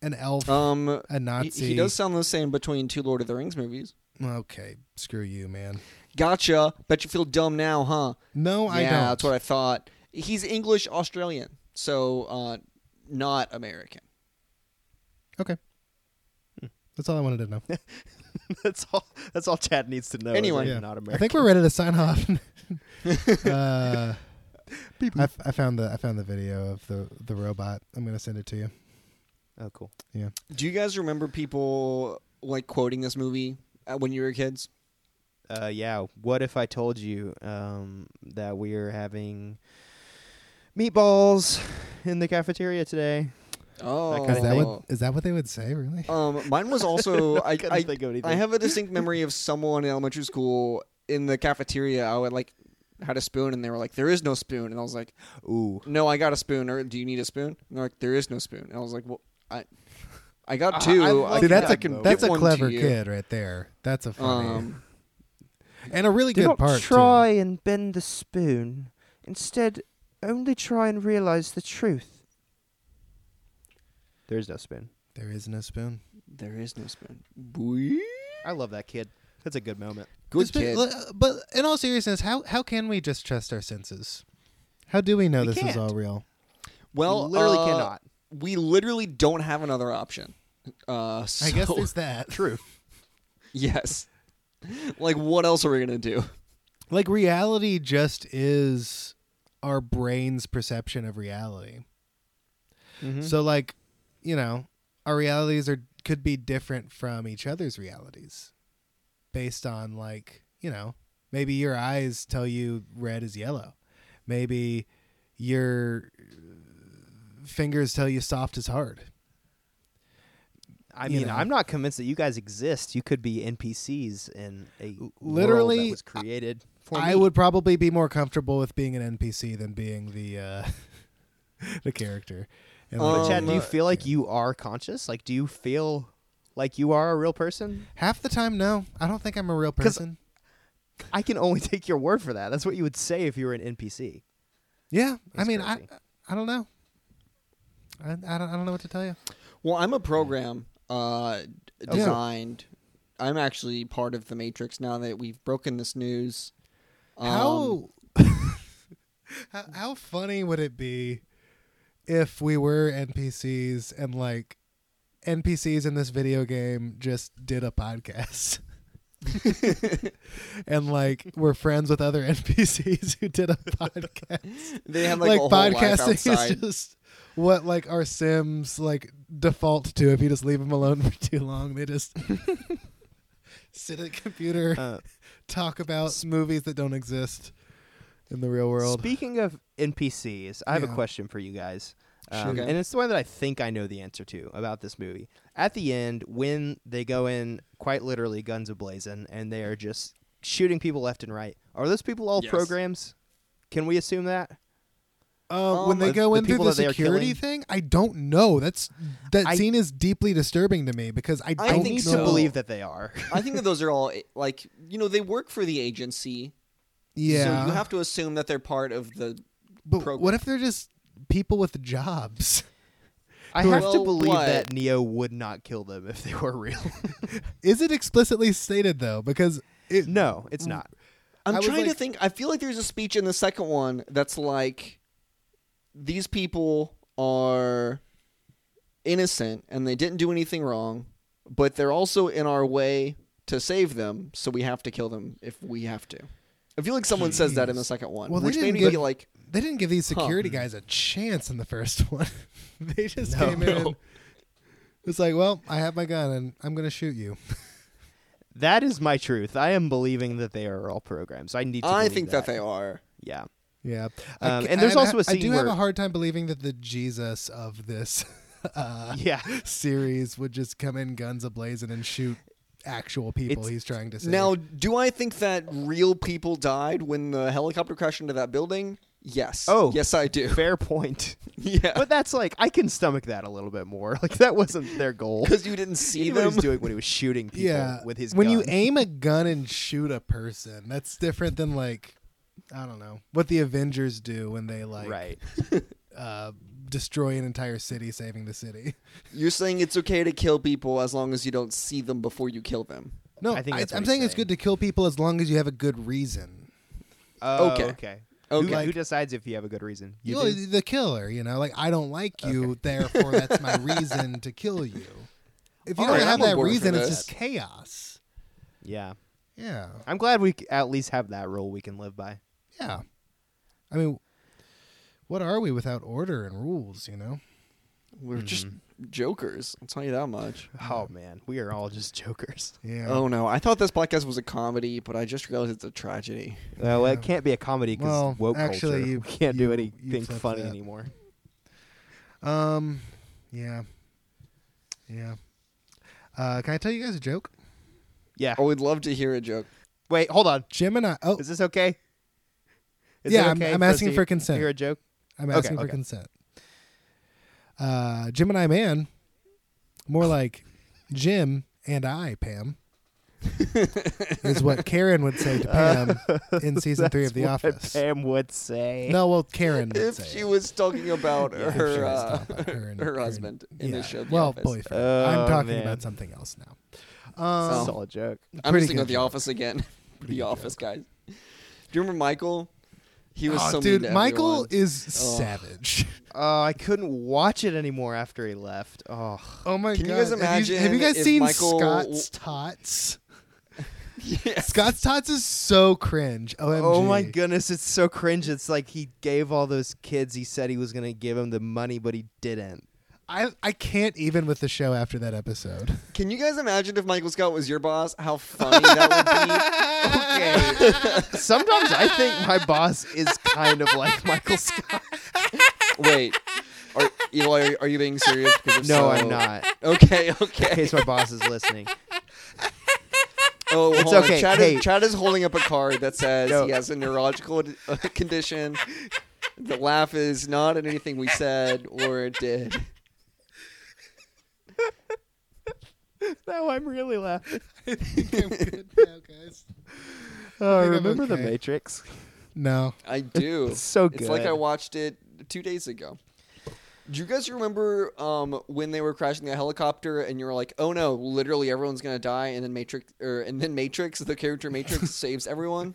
S2: an elf,
S1: Um,
S2: a
S1: he,
S2: Nazi.
S1: he does sound the same between two Lord of the Rings movies.
S2: Okay, screw you, man.
S1: Gotcha. Bet you feel dumb now, huh?
S2: No, I
S1: yeah,
S2: don't.
S1: that's what I thought. He's English Australian, so uh, not American.
S2: okay,
S1: Hmm.
S2: that's all I wanted to know.
S4: that's all. That's all Chad needs to know. is
S1: Anyway.
S4: that
S1: Yeah.
S4: you're not American.
S2: I think we're ready to sign off. uh, I, f- I found the I found the video of the the robot. I'm gonna send it to you.
S4: Oh, cool.
S2: Yeah.
S1: Do you guys remember people like quoting this movie uh, when you were kids?
S4: Uh, yeah. What if I told you um, that we are having meatballs in the cafeteria today?
S1: Oh,
S4: That
S2: Is
S4: kinda
S2: that what is that what they would say? Really?
S1: Um, mine was also. I,
S4: couldn't
S1: I,
S4: think of anything.
S1: I have a distinct memory of someone in elementary school in the cafeteria. I would like had a spoon, and they were like, "There is no spoon," and I was like,
S4: Ooh.
S1: "No, I got a spoon." Or do you need a spoon? And they're like, "There is no spoon," and I was like, "Well, I, I got
S4: I-
S1: two.
S4: I
S1: I,
S4: love
S2: See,
S1: can-
S2: that's
S1: I
S2: a
S1: can
S2: that's
S1: get
S2: a
S1: one to
S2: clever
S1: you."
S2: kid right there. That's a funny
S1: Um,
S2: and a really
S5: Do
S2: good
S5: not
S2: part. too.
S5: try and bend the spoon. Instead, only try and realize the truth.
S4: There's no spin.
S2: There is no spoon.
S1: there is no spoon. Boy.
S4: I love that kid. That's a good moment.
S1: Good
S2: It's
S1: kid.
S2: been- l- But in all seriousness, how how can we just trust our senses? How do we know
S4: We
S2: this is
S4: can't.
S2: all real?
S1: Well,
S4: we literally
S1: uh,
S4: cannot.
S1: We literally don't have another option. Uh,
S2: I guess
S1: so-
S2: there's that.
S4: True.
S1: yes. Like, what else are we gonna do?
S2: Like reality just is our brain's perception of reality.
S4: Mm-hmm.
S2: So like, you know, our realities are could be different from each other's realities based on like, you know, maybe your eyes tell you red is yellow. Maybe your uh, fingers tell you soft is hard.
S4: I
S2: you
S4: mean,
S2: know.
S4: I'm not convinced that you guys exist. You could be NPCs in a world
S2: literally,
S4: that was created for
S2: I
S4: me.
S2: would probably be more comfortable with being an NPC than being the uh, the character. And
S1: Um,
S4: But
S2: like,
S4: Chad, do you
S1: uh,
S4: feel like you are conscious? Like, do you feel like you are a real person?
S2: half the time, no, I don't think I'm a real
S4: 'Cause-
S2: person.
S4: I can only take your word for that. That's what you would say if you were an NPC.
S2: Yeah, I
S4: It's
S2: mean,
S4: crazy.
S2: I I don't know. I, I don't I don't know what to tell you.
S1: Well, I'm a program uh, d-
S2: Oh, cool.
S1: designed. I'm actually part of the Matrix now that we've broken this news. Um,
S2: how, how how funny would it be if we were NPCs and like NPCs in this video game just did a podcast? and like we're friends with other NPCs who did a podcast.
S1: they have like, a whole life outside.
S2: is just what like our Sims like default to if you just leave them alone for too long. They just sit at a computer
S4: Uh,
S2: talk about movies that don't exist in the real world.
S4: Speaking of NPCs, I have
S2: Yeah.
S4: a question for you guys. Um,
S1: Sure. Okay.
S4: And it's the one that I think I know the answer to about this movie. At the end, when they go in quite literally guns ablazing and they are just shooting people left and right, are those people all
S1: Yes.
S4: programs? Can we assume that?
S2: Uh, when they
S4: the-
S2: go
S4: the
S2: in through
S4: people
S2: the
S4: that they are
S2: security
S4: killing?
S2: thing, I don't know. That's that
S4: I-
S2: scene is deeply disturbing to me because I don't
S4: I
S1: don't
S4: need
S2: know.
S4: to
S1: so.
S4: believe that they are.
S1: I think that those are all eh, like you know they work for the agency.
S2: Yeah,
S1: So you have to assume that they're part of the.
S2: but
S1: program.
S2: what if they're just people with jobs?
S4: I have to
S1: Well,
S4: believe
S1: what?
S4: that Neo would not kill them if they were real.
S2: Is it explicitly stated though? Because it,
S4: no, it's not.
S1: I'm
S2: I was
S1: trying to
S2: like-
S1: think. I feel like there's a speech in the second one that's like, these people are innocent and they didn't do anything wrong, but they're also in our way to save them, so we have to kill them if we have to. I feel like someone says that in the
S2: Jeez.
S1: second one,
S2: Well, they
S1: which made
S2: didn't
S1: me
S2: give-
S1: feel like,
S2: They didn't give these
S1: Huh.
S2: security guys a chance in the first one. they just
S4: No.
S2: came in. and It's like, well, I have my gun and I'm gonna shoot you.
S4: That is my truth. I am believing that they are all programs. I need to.
S1: I
S4: believe
S1: think that. they are.
S4: Yeah.
S2: yeah,
S4: Um,
S2: ca-
S4: and there's
S2: I-
S4: also a
S2: I do
S4: scene
S2: have
S4: where-
S2: a hard time believing that the Jesus of this uh,
S4: Yeah.
S2: series would just come in guns ablazing and shoot actual people
S4: It's-
S2: he's trying to save.
S1: Now, do I think that real people died when the helicopter crashed into that building? Yes.
S4: Oh.
S1: yes, I do.
S4: Fair point.
S1: yeah,
S4: But that's like I can stomach that a little bit more. Like that wasn't their goal.
S1: because you didn't see
S4: He knew what he
S1: them.
S4: was doing when he was shooting people
S2: yeah,
S4: with his
S2: when
S4: gun.
S2: you aim a gun and shoot a person, that's different than like, I don't know, what the Avengers do when they like
S4: right.
S2: uh, destroy an entire city, saving the city.
S1: You're saying it's okay to kill people as long as you don't see them before you kill them.
S2: No, I
S4: I think that's what
S2: am
S4: he's
S2: saying it's
S4: saying.
S2: good to kill people as long as you have a good reason.
S4: Oh,
S1: Okay.
S4: okay. Who-
S1: Okay.
S4: Who, decides if you have a good reason?
S2: You
S4: You
S2: know,
S4: do?
S2: the killer, you know, like I don't like you, therefore that's my reason to kill you. If you
S1: All
S2: don't
S1: right,
S2: have
S1: I'm on
S2: that
S1: board for
S2: reason, it's
S1: this.
S2: just chaos.
S4: Yeah.
S2: Yeah,
S4: I'm glad we c- at least have that rule we can live by.
S2: yeah. I mean, what are we without order and rules? You know.
S1: We're just
S2: Mm-hmm.
S1: jokers. I'll tell you that much.
S4: Oh man, we are all just jokers.
S2: Yeah.
S1: Oh no, I thought this podcast was a comedy, but I just realized it's a tragedy.
S4: Well, it can't be a comedy because
S2: Well,
S4: woke
S2: actually,
S4: culture.
S2: you-
S4: we can't
S2: you-
S4: do
S2: you
S4: anything
S2: flipped
S4: funny
S2: that.
S4: anymore.
S2: Um. Yeah. Yeah. Uh, can I tell you guys a joke?
S4: Yeah.
S1: I would love to hear a joke.
S4: Wait, hold on.
S2: Jim and I. Oh,
S4: Is this okay? Is
S2: Yeah,
S4: it
S2: I'm-
S4: okay
S2: I'm
S4: us
S2: asking
S4: to
S2: for consent.
S4: Hear a joke?
S2: I'm
S4: Okay,
S2: asking for
S4: okay.
S2: consent. Uh, Jim and I, man. More like Jim and I, Pam. is what Karen would say to Pam in season three of The
S4: That's what
S2: Office.
S4: Pam would say.
S2: No, well, Karen would
S1: If
S2: say
S1: she
S2: it.
S1: was talking about
S2: If she
S1: her
S2: was
S1: uh,
S2: talking about her and-
S1: her
S2: her-
S1: husband in the
S2: Yeah.
S1: show. The
S2: well,
S1: Office.
S2: boyfriend.
S4: Oh,
S2: I'm talking
S4: man.
S2: about something else now.
S1: So,
S4: Solid joke.
S1: I'm
S2: pretty
S1: just thinking
S2: good
S1: of The
S2: joke.
S1: Office again. the Office guys. Do you remember Michael? He was
S2: Aw,
S1: so mean
S2: Oh, dude,
S1: to
S2: Michael
S1: everyone.
S2: is
S1: Ugh.
S2: savage.
S4: Oh, I couldn't watch it anymore after he left. Oh,
S2: Oh my
S1: Can you
S2: god!
S1: guys
S2: Have you, have you
S1: imagine
S2: guys
S1: if
S2: seen
S1: Michael-
S2: Scott's Tots?
S1: Yes.
S2: Scott's Tots is so cringe. OMG.
S4: oh my goodness, it's so cringe. It's like he gave all those kids. He said he was gonna give them the money, but he didn't.
S2: I I can't even with the show after that episode.
S1: Can you guys imagine if Michael Scott was your boss? How funny that would be. okay.
S4: Sometimes I think my boss is kind of like Michael Scott.
S1: Wait. Are, Eli, are, are you being serious? Because if
S4: No,
S1: so-
S4: I'm not.
S1: Okay,
S4: In
S1: okay.
S4: case my boss is listening.
S1: Oh,
S4: It's
S1: hold on.
S4: okay.
S1: Chad,
S4: Hey.
S1: is, Chad is holding up a card that says
S4: No.
S1: he has a neurological uh, condition. The laugh is not at anything we said or did.
S4: No, I'm really laughing.
S2: guys.
S4: Oh,
S2: think I'm
S4: remember The
S2: okay.
S4: Matrix?
S2: No.
S1: I do.
S4: It's so
S1: It's like
S4: good.
S1: I watched it two days ago. Do you guys remember um, when they were crashing the helicopter and you were like, "Oh no, literally everyone's gonna die," and then Matrix, or and then Matrix, the character Matrix saves everyone,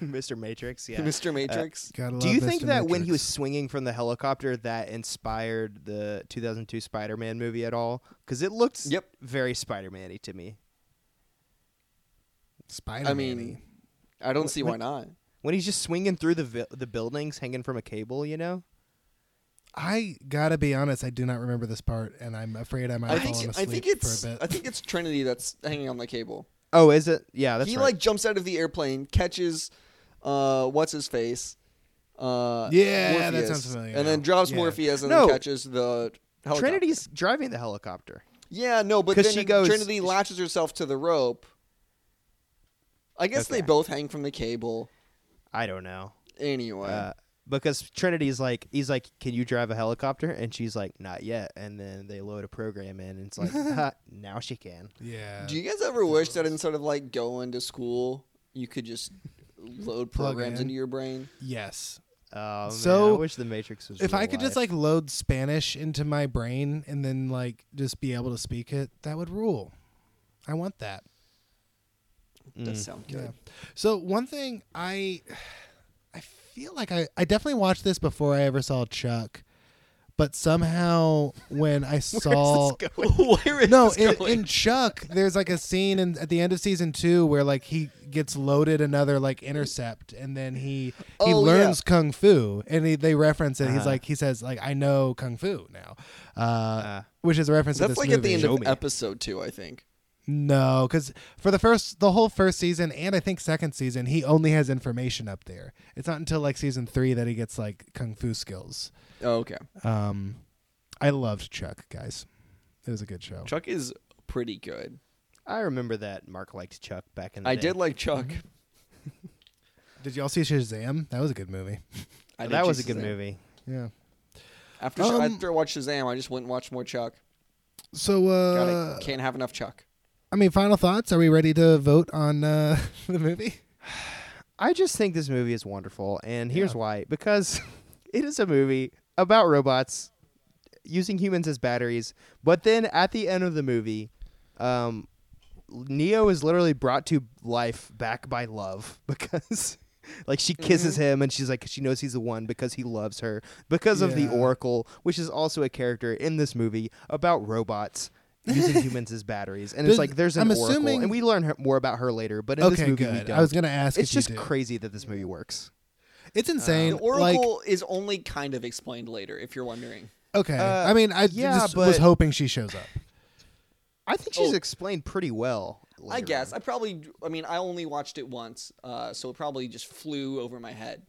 S4: Mr. Matrix, yeah.
S1: Mr. Matrix.
S2: Gotta
S4: Do
S2: love
S4: you think
S2: Mr.
S4: that when he was
S2: Matrix.
S4: swinging from the helicopter, that inspired the 2002 Spider-Man movie at all? Because it looked
S1: Yep.
S4: very Spider-Man-y to me.
S2: Spider-Man,
S1: I mean, I don't see why not.
S4: When he's just swinging through the vi- the buildings, hanging from a cable, you know.
S2: I gotta be honest. I do not remember this part, and I'm afraid I might
S1: I
S2: fall
S1: think I
S2: asleep
S1: think it's
S2: for a bit.
S1: I think it's Trinity that's hanging on the cable.
S4: Oh, is it? Yeah, that's
S1: he
S4: right.
S1: like jumps out of the airplane, catches, uh, what's his face? Uh,
S2: Yeah, that
S1: Morpheus,
S2: sounds familiar
S1: And then
S2: now.
S1: drops
S2: Yeah.
S1: Morpheus and
S4: No.
S1: then catches the helicopter.
S4: Trinity's driving the helicopter.
S1: Yeah, no, but
S4: 'Cause
S1: then
S4: she goes-
S1: Trinity latches herself to the rope. I guess they
S4: Okay.
S1: both hang from the cable
S4: I don't know.
S1: anyway.
S4: Uh, because Trinity's like, he's like, can you drive a helicopter? And she's like, not yet. And then they load a program in, and it's like, "Ha, now she can.
S2: yeah.
S1: Do you guys ever wish that instead of like going to school, you could just load
S2: Plug
S1: programs
S2: in.
S1: into your brain?
S2: yes.
S4: Oh, man,
S2: So,
S4: I wish the Matrix was.
S2: If I
S4: real
S2: could just
S4: life.
S2: like load Spanish into my brain and then like just be able to speak it, that would rule. I want that.
S1: does sound good.
S2: So one thing I I feel like I, I definitely watched this before I ever saw Chuck, but somehow when I saw
S1: Where is
S2: no
S1: this
S2: in,
S1: going?
S2: in Chuck there's like a scene in, at the end of season two where like he gets loaded another like intercept and then he he
S1: Oh, yeah. Uh-huh.
S2: learns kung fu and he, they reference it he's like he says like I know kung fu now, uh, which is a reference to
S1: That's
S2: this
S1: like at the
S2: movie.
S1: end
S4: Show
S1: of
S4: me.
S1: episode two, I think.
S2: No, because for the first, the whole first season, and I think second season, he only has information up there. It's not until like season three that he gets like kung fu skills.
S1: Oh, okay.
S2: Um, I loved Chuck, guys. It was a good show.
S1: Chuck is pretty good.
S4: I remember that Mark liked Chuck back in the
S1: I
S4: day.
S1: did like Chuck.
S2: Did y'all see Shazam? That was a good movie.
S1: I did
S4: that was a
S1: Shazam.
S4: good movie.
S2: Yeah.
S1: After, Sh-
S2: Um,
S1: after I watched Shazam, I just went and watched more Chuck.
S2: So,
S1: God,
S2: uh,
S1: I can't have enough Chuck.
S2: I mean, final thoughts. Are we ready to vote on uh, the movie?
S4: I just think this movie is wonderful, and here's why: because it is a movie about robots using humans as batteries. But then at the end of the movie, um, Neo is literally brought to life back by love because. Like she kisses
S2: Mm-hmm.
S4: him, and she's like, she knows he's the one because he loves her because of the
S2: Yeah.
S4: Oracle, which is also a character in this movie about robots using humans as batteries. And
S2: Does-
S4: it's like there's an
S2: I'm
S4: Oracle,
S2: assuming-
S4: and we learn her, more about her later. But in
S2: okay,
S4: this movie, we
S2: good.
S4: don't
S2: I was gonna ask.
S4: it's
S2: if you
S4: just
S2: did.
S4: crazy that this movie works. Uh,
S2: It's insane.
S1: The
S2: like,
S1: Oracle is only kind of explained later, if you're wondering.
S2: okay.
S4: uh,
S2: I mean, I
S4: yeah,
S2: just was
S4: but-
S2: hoping she shows up.
S4: I think
S1: she's
S4: she's
S1: Oh.
S4: explained pretty well.
S1: I guess. I probably, I mean, I only watched it once, uh, so it probably just flew over my head.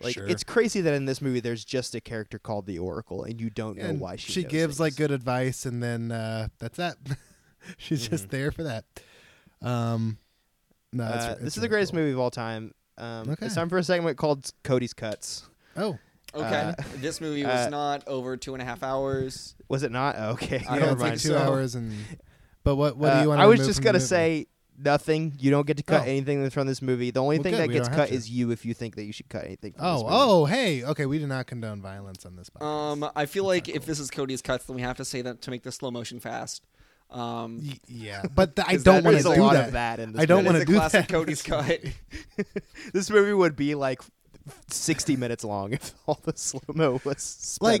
S4: Like
S2: Sure.
S4: it's crazy that in this movie there's just a character called the Oracle and you don't know
S2: and
S4: why she knows
S2: gives like
S4: things.
S2: good advice and then uh, that's that she's just there for that um no it's-
S4: Mm-hmm. Uh,
S2: it's
S4: this is
S2: really
S4: the greatest
S2: cool.
S4: movie of all time. Um,
S2: Okay.
S4: It's time for a segment called Cody's Cuts.
S2: oh
S1: Okay.
S4: Uh,
S1: this movie was
S4: uh,
S1: not over two and a half hours.
S4: Was it not? Oh, okay,
S1: I
S2: yeah,
S1: don't
S2: it's like
S1: mind.
S2: two
S1: So-
S2: hours and but what what do you want
S4: uh, I was just gonna say nothing. You don't get to cut
S2: Oh.
S4: anything that's from this movie. The only
S2: Well,
S4: thing
S2: good,
S4: that
S2: we
S4: gets
S2: don't have
S4: cut
S2: to.
S4: is you if you think that you should cut anything. From
S2: oh
S4: this movie.
S2: oh hey okay we do not condone violence on this podcast.
S1: Um, I feel like if this is Cody's cuts, then we have to say that to make the slow motion fast. Um,
S2: Y- yeah but th- i
S4: 'Cause
S2: don't
S4: that
S2: want to
S4: is
S2: do
S4: a lot
S2: that
S4: of that in this
S2: i don't
S1: that
S2: want
S1: is
S2: to
S1: a
S2: do
S1: classic
S2: that
S1: Cody's cut.
S4: this movie would be like 60 minutes long if all the slow mo was sped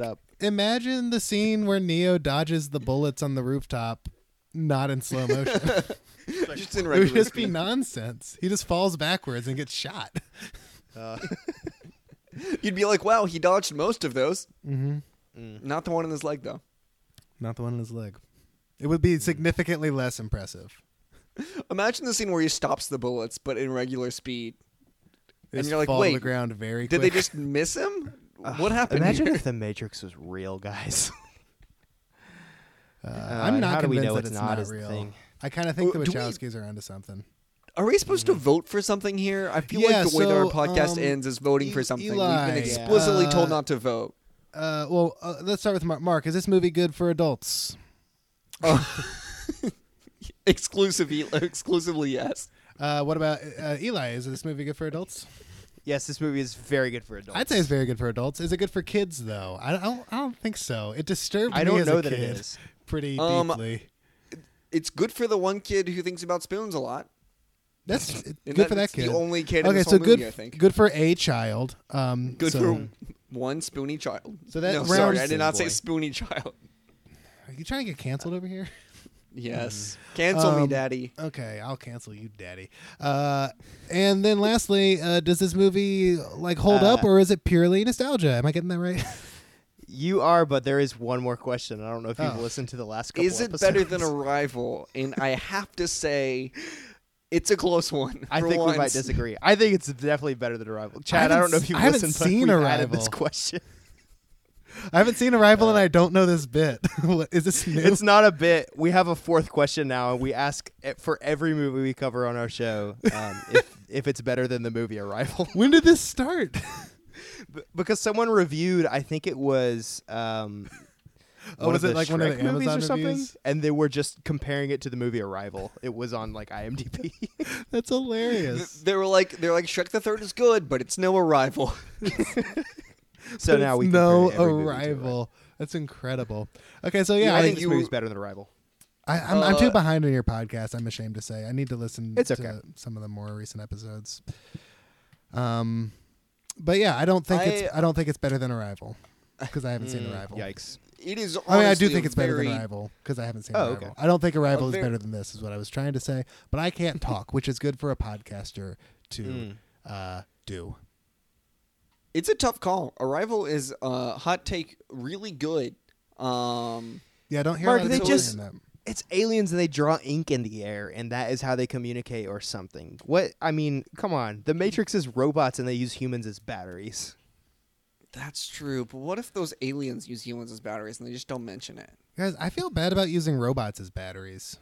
S2: like
S4: up.
S2: imagine the scene where neo dodges the bullets on the rooftop not in slow motion
S1: just in
S2: it would
S1: regular
S2: just be
S1: speed.
S2: nonsense he just falls backwards and gets shot
S1: You'd be like, wow, he dodged most of those. Mm-hmm. Not the one in his leg, though.
S2: Not the one on his leg. It would be significantly less impressive.
S1: Imagine the scene where he stops the bullets, but in regular speed.
S2: They
S1: And
S2: just
S1: you're like,
S2: fall
S1: wait,
S2: to the ground very
S1: Did
S2: quick.
S1: they just miss him? What happened?
S4: Imagine
S1: here?
S4: if the Matrix was real, guys.
S2: Uh, I'm
S4: and
S2: not
S4: how do we
S2: convinced
S4: know
S2: that
S4: it's
S2: it's
S4: not
S2: not,
S4: is the
S2: real.
S4: thing.
S2: I kind of think
S1: Well,
S2: the
S1: do we-
S2: Wachowskis are onto something.
S1: Are we supposed to vote for something here? I feel
S2: Mm. Yeah,
S1: like the way that our
S2: so,
S1: podcast
S2: um,
S1: ends is voting for
S2: E-
S1: something. We've
S2: Eli,
S1: been explicitly
S2: uh,
S1: told not to vote.
S2: Uh, well, uh, let's start with Mark. Mark, is this movie good for adults?
S1: Exclusively, E, exclusively, yes.
S2: Uh, what about uh, Eli? Is this movie good for adults?
S4: Yes, this movie is very good for adults.
S2: I'd say it's very good for adults. Is it good for kids though? I don't. I don't think so. It disturbed
S4: I
S2: me
S4: don't
S2: as
S4: know
S2: a
S4: that it
S2: kid
S4: is.
S2: pretty
S1: Um,
S2: deeply.
S1: It's good for the one kid who thinks about spoons a lot.
S2: That's good
S1: And
S2: for that
S1: that's
S2: kid.
S1: The only kid. in
S2: okay,
S1: this
S2: so
S1: whole
S2: good.
S1: Movie, I think
S2: Good for a child. Um,
S1: Good
S2: so-
S1: for one spoony child.
S2: So that
S1: no, sorry,
S2: rounds
S1: I
S2: it,
S1: did not say
S4: boy.
S1: spoony child.
S2: Are you trying to get canceled over here?
S1: Yes, cancel me,
S2: Um,
S1: daddy.
S2: Okay, I'll cancel you, Daddy. Uh, and then lastly, uh, does this movie like hold up,
S4: Uh,
S2: or is it purely nostalgia? Am I getting that right?
S4: You are, but there is one more question. I don't know if you've
S2: Oh.
S4: listened to the last couple
S1: Is it better than
S4: episodes.
S1: Arrival? And I have to say, it's a close one.
S4: I
S1: for
S4: think we might
S1: once.
S4: disagree. I think it's definitely better than Arrival. Chad, I,
S2: haven't
S4: don't know
S2: s-
S4: if you've
S2: I haven't
S4: listened,
S2: seen
S4: but we added this
S2: Arrival.
S4: question.
S2: I haven't seen Arrival, and I don't know this bit. What- is this new?
S4: uh, It's not a bit. We have a fourth question now, and we ask it for every movie we cover on our show um, if, if it's better than the movie Arrival.
S2: when did this start?
S4: B- because someone reviewed, I think it was. Um,
S2: Oh,
S4: one
S2: was
S4: of
S2: it
S4: the
S2: like one of
S4: Shrek
S2: the
S4: movies
S2: Amazon
S4: or something?
S2: reviews?
S4: And they were just comparing it to the movie Arrival. It was on like IMDb.
S2: That's hilarious.
S1: They were like, they're like, Shrek the Third is good, but it's no Arrival.
S4: so now we
S2: no
S4: compare every movie to Arrival.
S2: Arrival. That's incredible. Okay, so yeah,
S4: Yeah, I
S2: I-
S4: think this
S1: you-
S4: movie's better than Arrival.
S2: I, I'm, I'm
S1: Uh,
S2: too behind on your podcast. I'm ashamed to say. I need to listen
S4: It's
S2: to
S4: okay.
S2: some of the more recent episodes. Um, but yeah, I don't think it's
S1: I-
S2: I don't think it's better than Arrival because I haven't seen Arrival.
S4: Mm, Yikes.
S1: It is.
S2: I mean, I do
S1: honestly
S2: think
S1: a
S2: it's better
S1: very-
S2: than Arrival because I haven't seen
S4: Oh,
S2: Arrival.
S4: okay.
S2: I don't think Arrival
S1: A
S2: is
S1: ver-
S2: better than this, is what I was trying to say. But I can't talk, which is good for a podcaster to
S4: Hmm.
S2: uh, do.
S1: It's a tough call. Arrival is uh, hot take, really good. Um,
S2: Yeah, I don't hear.
S4: Mark,
S2: a lot of
S4: they
S2: people
S4: just-
S2: saying that.
S4: It's aliens and they draw ink in the air and that is how they communicate or something. What I mean, come on. The Matrix is robots and they use humans as batteries.
S1: that's true. But what if those aliens use humans as batteries and they just don't mention it?
S2: guys. I feel bad about using robots as batteries.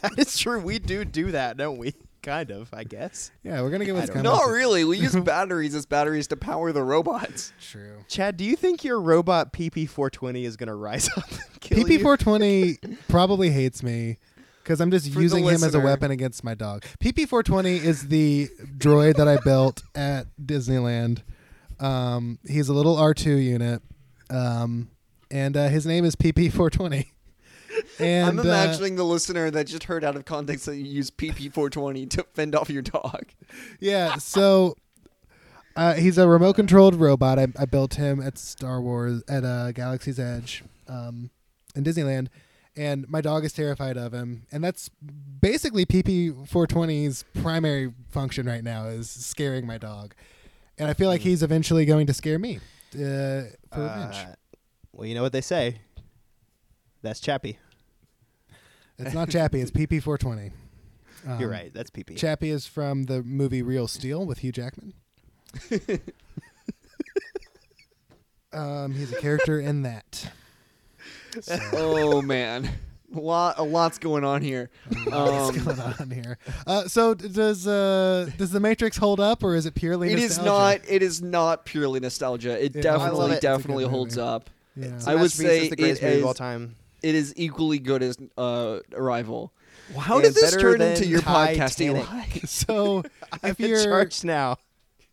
S4: That is true. We do do that, don't we? Kind of, I guess.
S2: Yeah, we're gonna get what's
S4: don't
S2: coming.
S1: No, really. We use batteries as batteries to power the robots.
S2: True.
S4: Chad, do you think your robot PP420 is going to rise up and kill you?
S2: PP420 probably hates me because I'm just
S1: For the
S2: using him as a
S1: listener.
S2: weapon against my dog. PP420 is the droid that I built at Disneyland. Um, he's a little R2 unit, um, and uh, his name is PP420. And
S1: I'm
S2: uh,
S1: imagining the listener that just heard out of context that you use PP420 to fend off your dog.
S2: yeah, so uh, he's a remote controlled robot. I, I built him at Star Wars at uh, Galaxy's Edge um, in Disneyland, and my dog is terrified of him. And that's basically PP420's primary function right now is scaring my dog. And I feel
S4: Hmm.
S2: like he's eventually going to scare me uh, for revenge.
S4: Uh, well, you know what they say. That's Chappie.
S2: It's not Chappie. It's PP420. Um,
S4: You're right. That's PP.
S2: Chappie is from the movie Real Steel with Hugh Jackman. um, he's a character in that.
S1: oh man, a lot, a lot's going on here.
S2: What's
S1: Um,
S2: going on here? Uh, so d- does uh, does the Matrix hold up, or is it purely?
S1: it is not.
S2: nostalgia?
S1: It is not purely nostalgia. It
S2: Yeah, I
S4: love
S1: definitely,
S4: it. It's a
S2: good
S1: definitely holds
S2: movie.
S1: up.
S2: Yeah.
S4: It's a
S1: I would
S4: masterpiece.
S1: say
S4: it's the greatest
S1: it
S4: movie of all
S1: is-
S4: time.
S1: It is equally good as uh, Arrival.
S4: How
S1: did this turn into your podcast,
S2: So
S4: I'm
S2: if
S4: in
S2: you're
S4: charge now.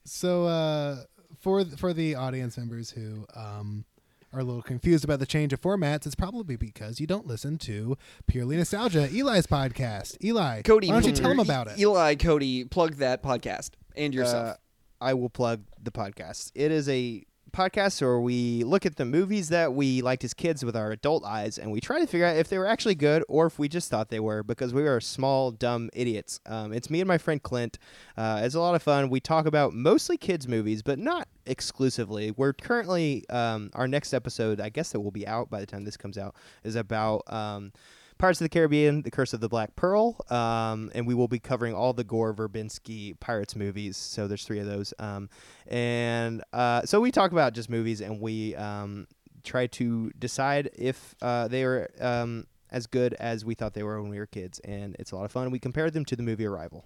S2: So uh, for th- for the audience members who um, are a little confused about the change of formats, it's probably because you don't listen to purely nostalgia Eli's podcast. Eli,
S1: Cody,
S2: why don't you
S1: Miller,
S2: tell them
S1: E-
S2: about it?
S1: Eli, Cody, plug that podcast and yourself.
S4: Uh, I will plug the podcast. It is a podcast where we look at the movies that we liked as kids with our adult eyes and we try to figure out if they were actually good or if we just thought they were because we were small, dumb idiots. Um, it's me and my friend Clint. Uh, it's a lot of fun. We talk about mostly kids' movies, but not exclusively. We're currently, um, our next episode, I guess that will be out by the time this comes out, is about. Um, Pirates of the Caribbean, The Curse of the Black Pearl, um, and we will be covering all the Gore Verbinski Pirates movies. So there's three of those, um, and uh, so we talk about just movies, and we um, try to decide if uh, they are um, as good as we thought they were when we were kids, and it's a lot of fun. We compare them to the movie Arrival.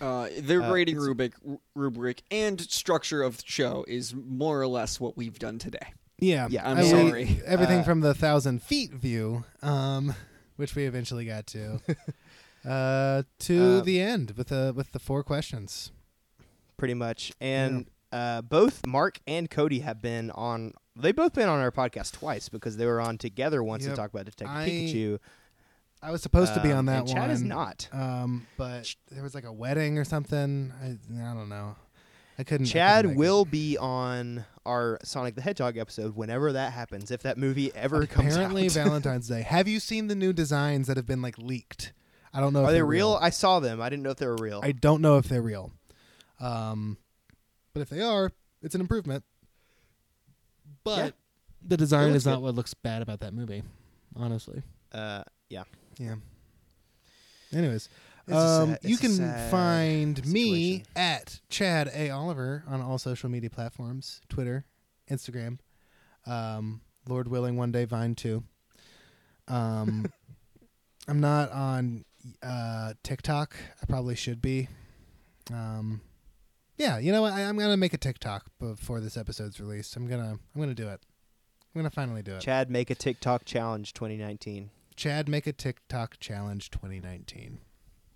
S1: Uh, their
S4: Uh,
S1: grading
S4: it's-
S1: rubric, rubric and structure of the show is more or less what we've done today.
S2: Yeah,
S4: Yeah,
S1: I'm
S2: I mean,
S1: sorry.
S2: Everything
S4: Uh,
S2: from the thousand feet view, um, which we eventually got to, uh, to
S4: Um,
S2: the end with the with the four questions.
S4: pretty much. And uh, both Mark and Cody have been on. They both been on our podcast twice because they were on together once
S2: Yep.
S4: to talk about Detective
S2: I-
S4: Pikachu.
S2: I was supposed to be
S4: um,
S2: on that
S4: and
S2: one.
S4: Chad is not.
S2: Um, but there was like a wedding or something. I, I don't know. I couldn't. I couldn't
S4: Chad
S2: make it.
S4: will be on our Sonic the Hedgehog episode whenever that happens, if that movie ever
S2: Apparently
S4: comes out.
S2: Valentine's Day. Have you seen the new designs that have been like leaked? I don't know. if
S4: Are they
S2: they're
S4: real? I saw them. I didn't know if they were real.
S2: I don't know if they're real. Um, but if they are, it's an improvement. But
S4: Yeah.
S2: the design
S4: looks
S2: is not
S4: good.
S2: what looks bad about that movie, honestly.
S4: uh, yeah.
S2: Yeah. Anyways,
S4: It's a
S2: um,
S4: sad-
S2: you
S4: it's a
S2: can
S4: sad
S2: find me
S4: situation.
S2: at Chad A. Oliver on all social media platforms Twitter, Instagram, um, Lord willing, one day Vine too. Um, I'm not on uh, TikTok. I probably should be. Um, yeah, you know what? I, I'm gonna make a TikTok before this episode's released. I'm gonna I'm gonna do it. I'm gonna finally do it.
S4: Chad make a TikTok challenge 2019.
S2: Chad make a TikTok challenge
S1: Mm-hmm.
S2: 2019.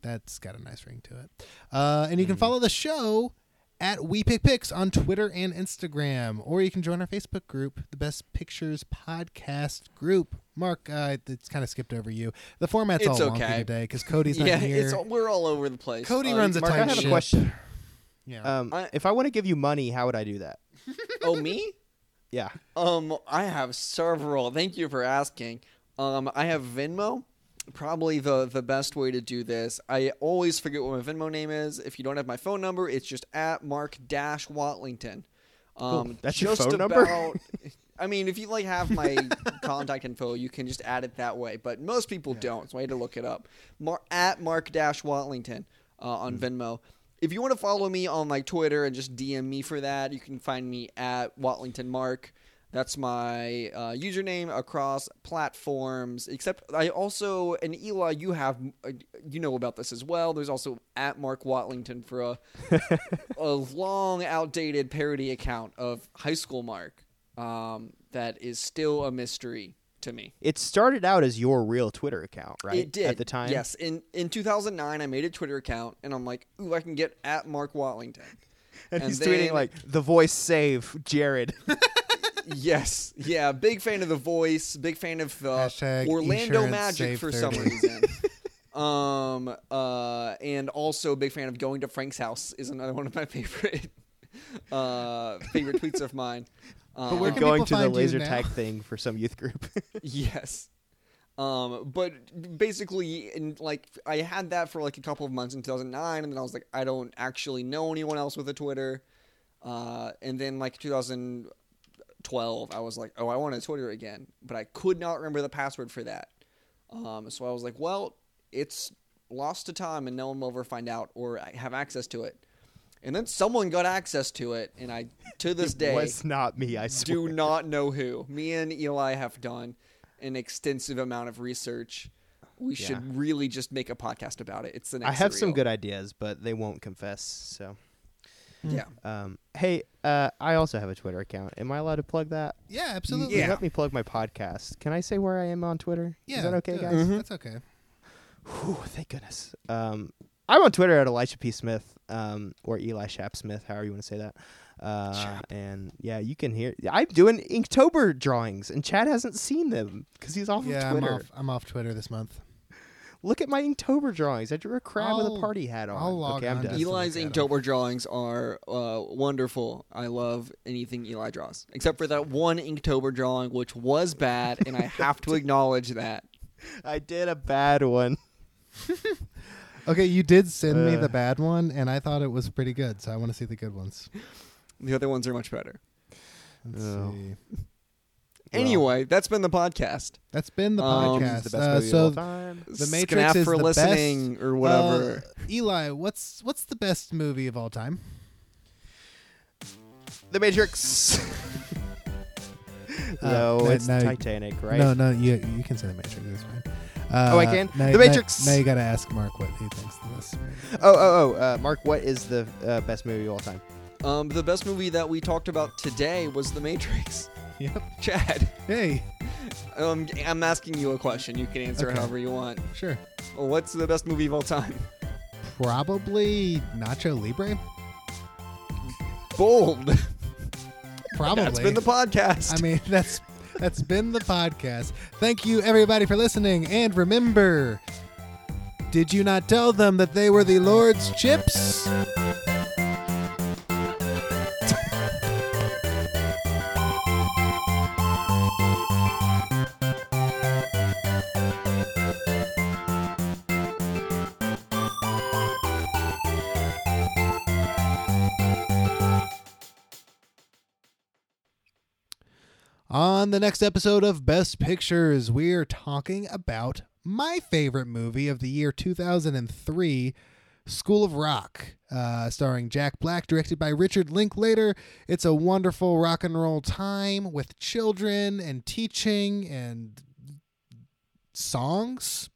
S2: That's got a nice ring to it. Uh, and you can follow the show at We Pick Picks on Twitter and Instagram, or you can join our Facebook group, the Best Pictures Podcast group. Mark, uh, it's kind of skipped over you. The format's
S1: It's
S2: all wonky
S1: okay.
S2: today because Cody's not
S1: yeah,
S2: here.
S1: it's all, we're all over the place.
S2: Cody
S1: Uh,
S2: runs a
S4: Mark, I
S2: tight
S4: have
S2: ship.
S4: a question.
S2: Yeah.
S4: Um,
S1: I-
S4: if I want to give you money, how would I do that?
S1: Oh, me?
S4: Yeah.
S1: Um, I have several. Thank you for asking. Um, I have Venmo. Probably the the best way to do this. I always forget what my Venmo name is. If you don't have my phone number, it's just at Mark Dash Watlington. Um,
S4: That's your
S1: just
S4: phone
S1: about,
S4: number?
S1: I mean, if you like have my contact info, you can just add it that way. But most people don't, so I had to look it up. Mar- at Mark Dash Watlington uh, on Venmo. If you want to follow me on like Twitter and just DM me for that, you can find me at Watlington Mark. That's my uh, username across platforms. Except I also and Eli, you have uh, you know about this as well. There's also at Mark Watlington for a a long outdated parody account of High School Mark um, that is still a mystery to me.
S4: It started out as your real Twitter account, right?
S1: It did
S4: at the time.
S1: Yes, in in 2009, I made a Twitter account, and I'm like, ooh, I can get at Mark Watlington.
S4: And, he's tweeting
S1: then-
S4: like the voice save Jared.
S1: yes, yeah, big fan of The Voice, big fan of uh,
S2: Hashtag
S1: Orlando
S2: insurance
S1: Magic
S2: save
S1: for
S2: 30.
S1: some reason. um, uh, and also a big fan of Going to Frank's House is another one of my favorite uh favorite tweets of mine. Um,
S2: where
S4: We're
S2: can
S4: going
S2: people
S4: to the
S2: find you
S4: laser
S2: now?
S4: tag thing for some youth group.
S1: Yes. Um, but basically, in, like I had that for like a couple of months in 2009, and then I was like, I don't actually know anyone else with a Twitter. Uh, and then like 2012, I was like, oh, I want a Twitter again, but I could not remember the password for that. Um, so I was like, well, it's lost to time, and no one will ever find out or have access to it. And then someone got access to it, and I to this day
S4: was not me, I swear.
S1: do not know who. Me and Eli have done an extensive amount of research. We should really just make a podcast about it. It's the next.
S4: I have some
S1: serial.
S4: good ideas, but they won't confess. So,
S1: Yeah.
S4: um, hey, uh, I also have a Twitter account. Am I allowed to plug that?
S2: yeah,
S4: You-
S2: absolutely.
S4: you Let me plug my podcast. Can I say where I am on Twitter?
S2: Yeah,
S4: Is that okay,
S2: do it.
S4: guys?
S2: That's okay.
S4: Whew, thank goodness. Um, I'm on Twitter at Elisha P. Smith um, or Eli Shap Smith, however you want to say that. Uh, and yeah, you can hear. I'm doing Inktober drawings, and Chad hasn't seen them because he's off
S2: Yeah,
S4: of
S2: I'm
S4: Twitter.
S2: off. I'm off Twitter this month.
S4: Look at my Inktober drawings. I drew a crab with
S2: I'll-
S4: a party hat on.
S2: I'll log
S4: okay, I'm
S2: on to
S4: done.
S2: Eli-
S1: Eli's
S2: look at 'em.
S1: Inktober drawings are uh, wonderful. I love anything Eli draws, except for that one Inktober drawing, which was bad, and I have to acknowledge that.
S4: I did a bad one.
S2: Okay, you did send me
S4: Uh.
S2: the bad one, and I thought it was pretty good, so I want to see the good ones.
S1: The other ones are much better.
S2: Let's
S4: Oh.
S2: see.
S1: Anyway, that's been the podcast.
S2: That's been the
S1: Um,
S2: podcast.
S4: the best
S2: Uh,
S4: movie
S2: so
S4: of all time.
S2: The
S1: Skanaf
S2: Matrix is
S1: for
S2: the
S1: listening or whatever.
S2: uh, Eli, what's what's the best movie of all time?
S4: The Matrix.
S2: Uh,
S4: no,
S2: no,
S4: it's
S2: no, you-
S4: Titanic, right?
S2: No, no, you you can say the Matrix. That's fine. Uh,
S4: Oh, I can?
S2: now- now-
S4: The Matrix!
S2: Now, you got to ask Mark what he thinks the best. movie is.
S4: Oh, oh, oh. Uh, Mark, what is the uh, best movie of all time?
S1: Um, the best movie that we talked about today was The Matrix.
S2: Yep.
S1: Chad.
S2: Hey,
S1: Um, I'm asking you a question. You can answer
S2: Okay.
S1: however you want.
S2: sure.
S1: What's the best movie of all time?
S2: Probably Nacho Libre.
S1: Bold.
S2: Probably.
S1: That's been the podcast.
S2: I mean, that's that's been the podcast. Thank you everybody for listening, and remember, did you not tell them that they were the Lord's chips? On the next episode of Best Pictures, we're talking about my favorite movie of the year 2003, School of Rock, uh, starring Jack Black, directed by Richard Linklater. It's a wonderful rock and roll time with children and teaching and songs.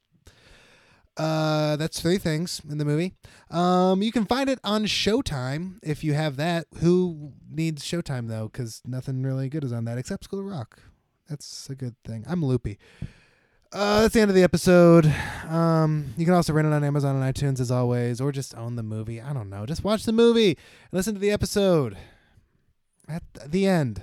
S2: Uh, that's three things in the movie. Um, you can find it on Showtime if you have that. Who needs Showtime though? Because nothing really good is on that except School of Rock. That's a good thing. I'm loopy. Uh, that's the end of the episode. Um, you can also rent it on Amazon and iTunes as always, or just own the movie. I don't know. Just watch the movie and listen to the episode at the end.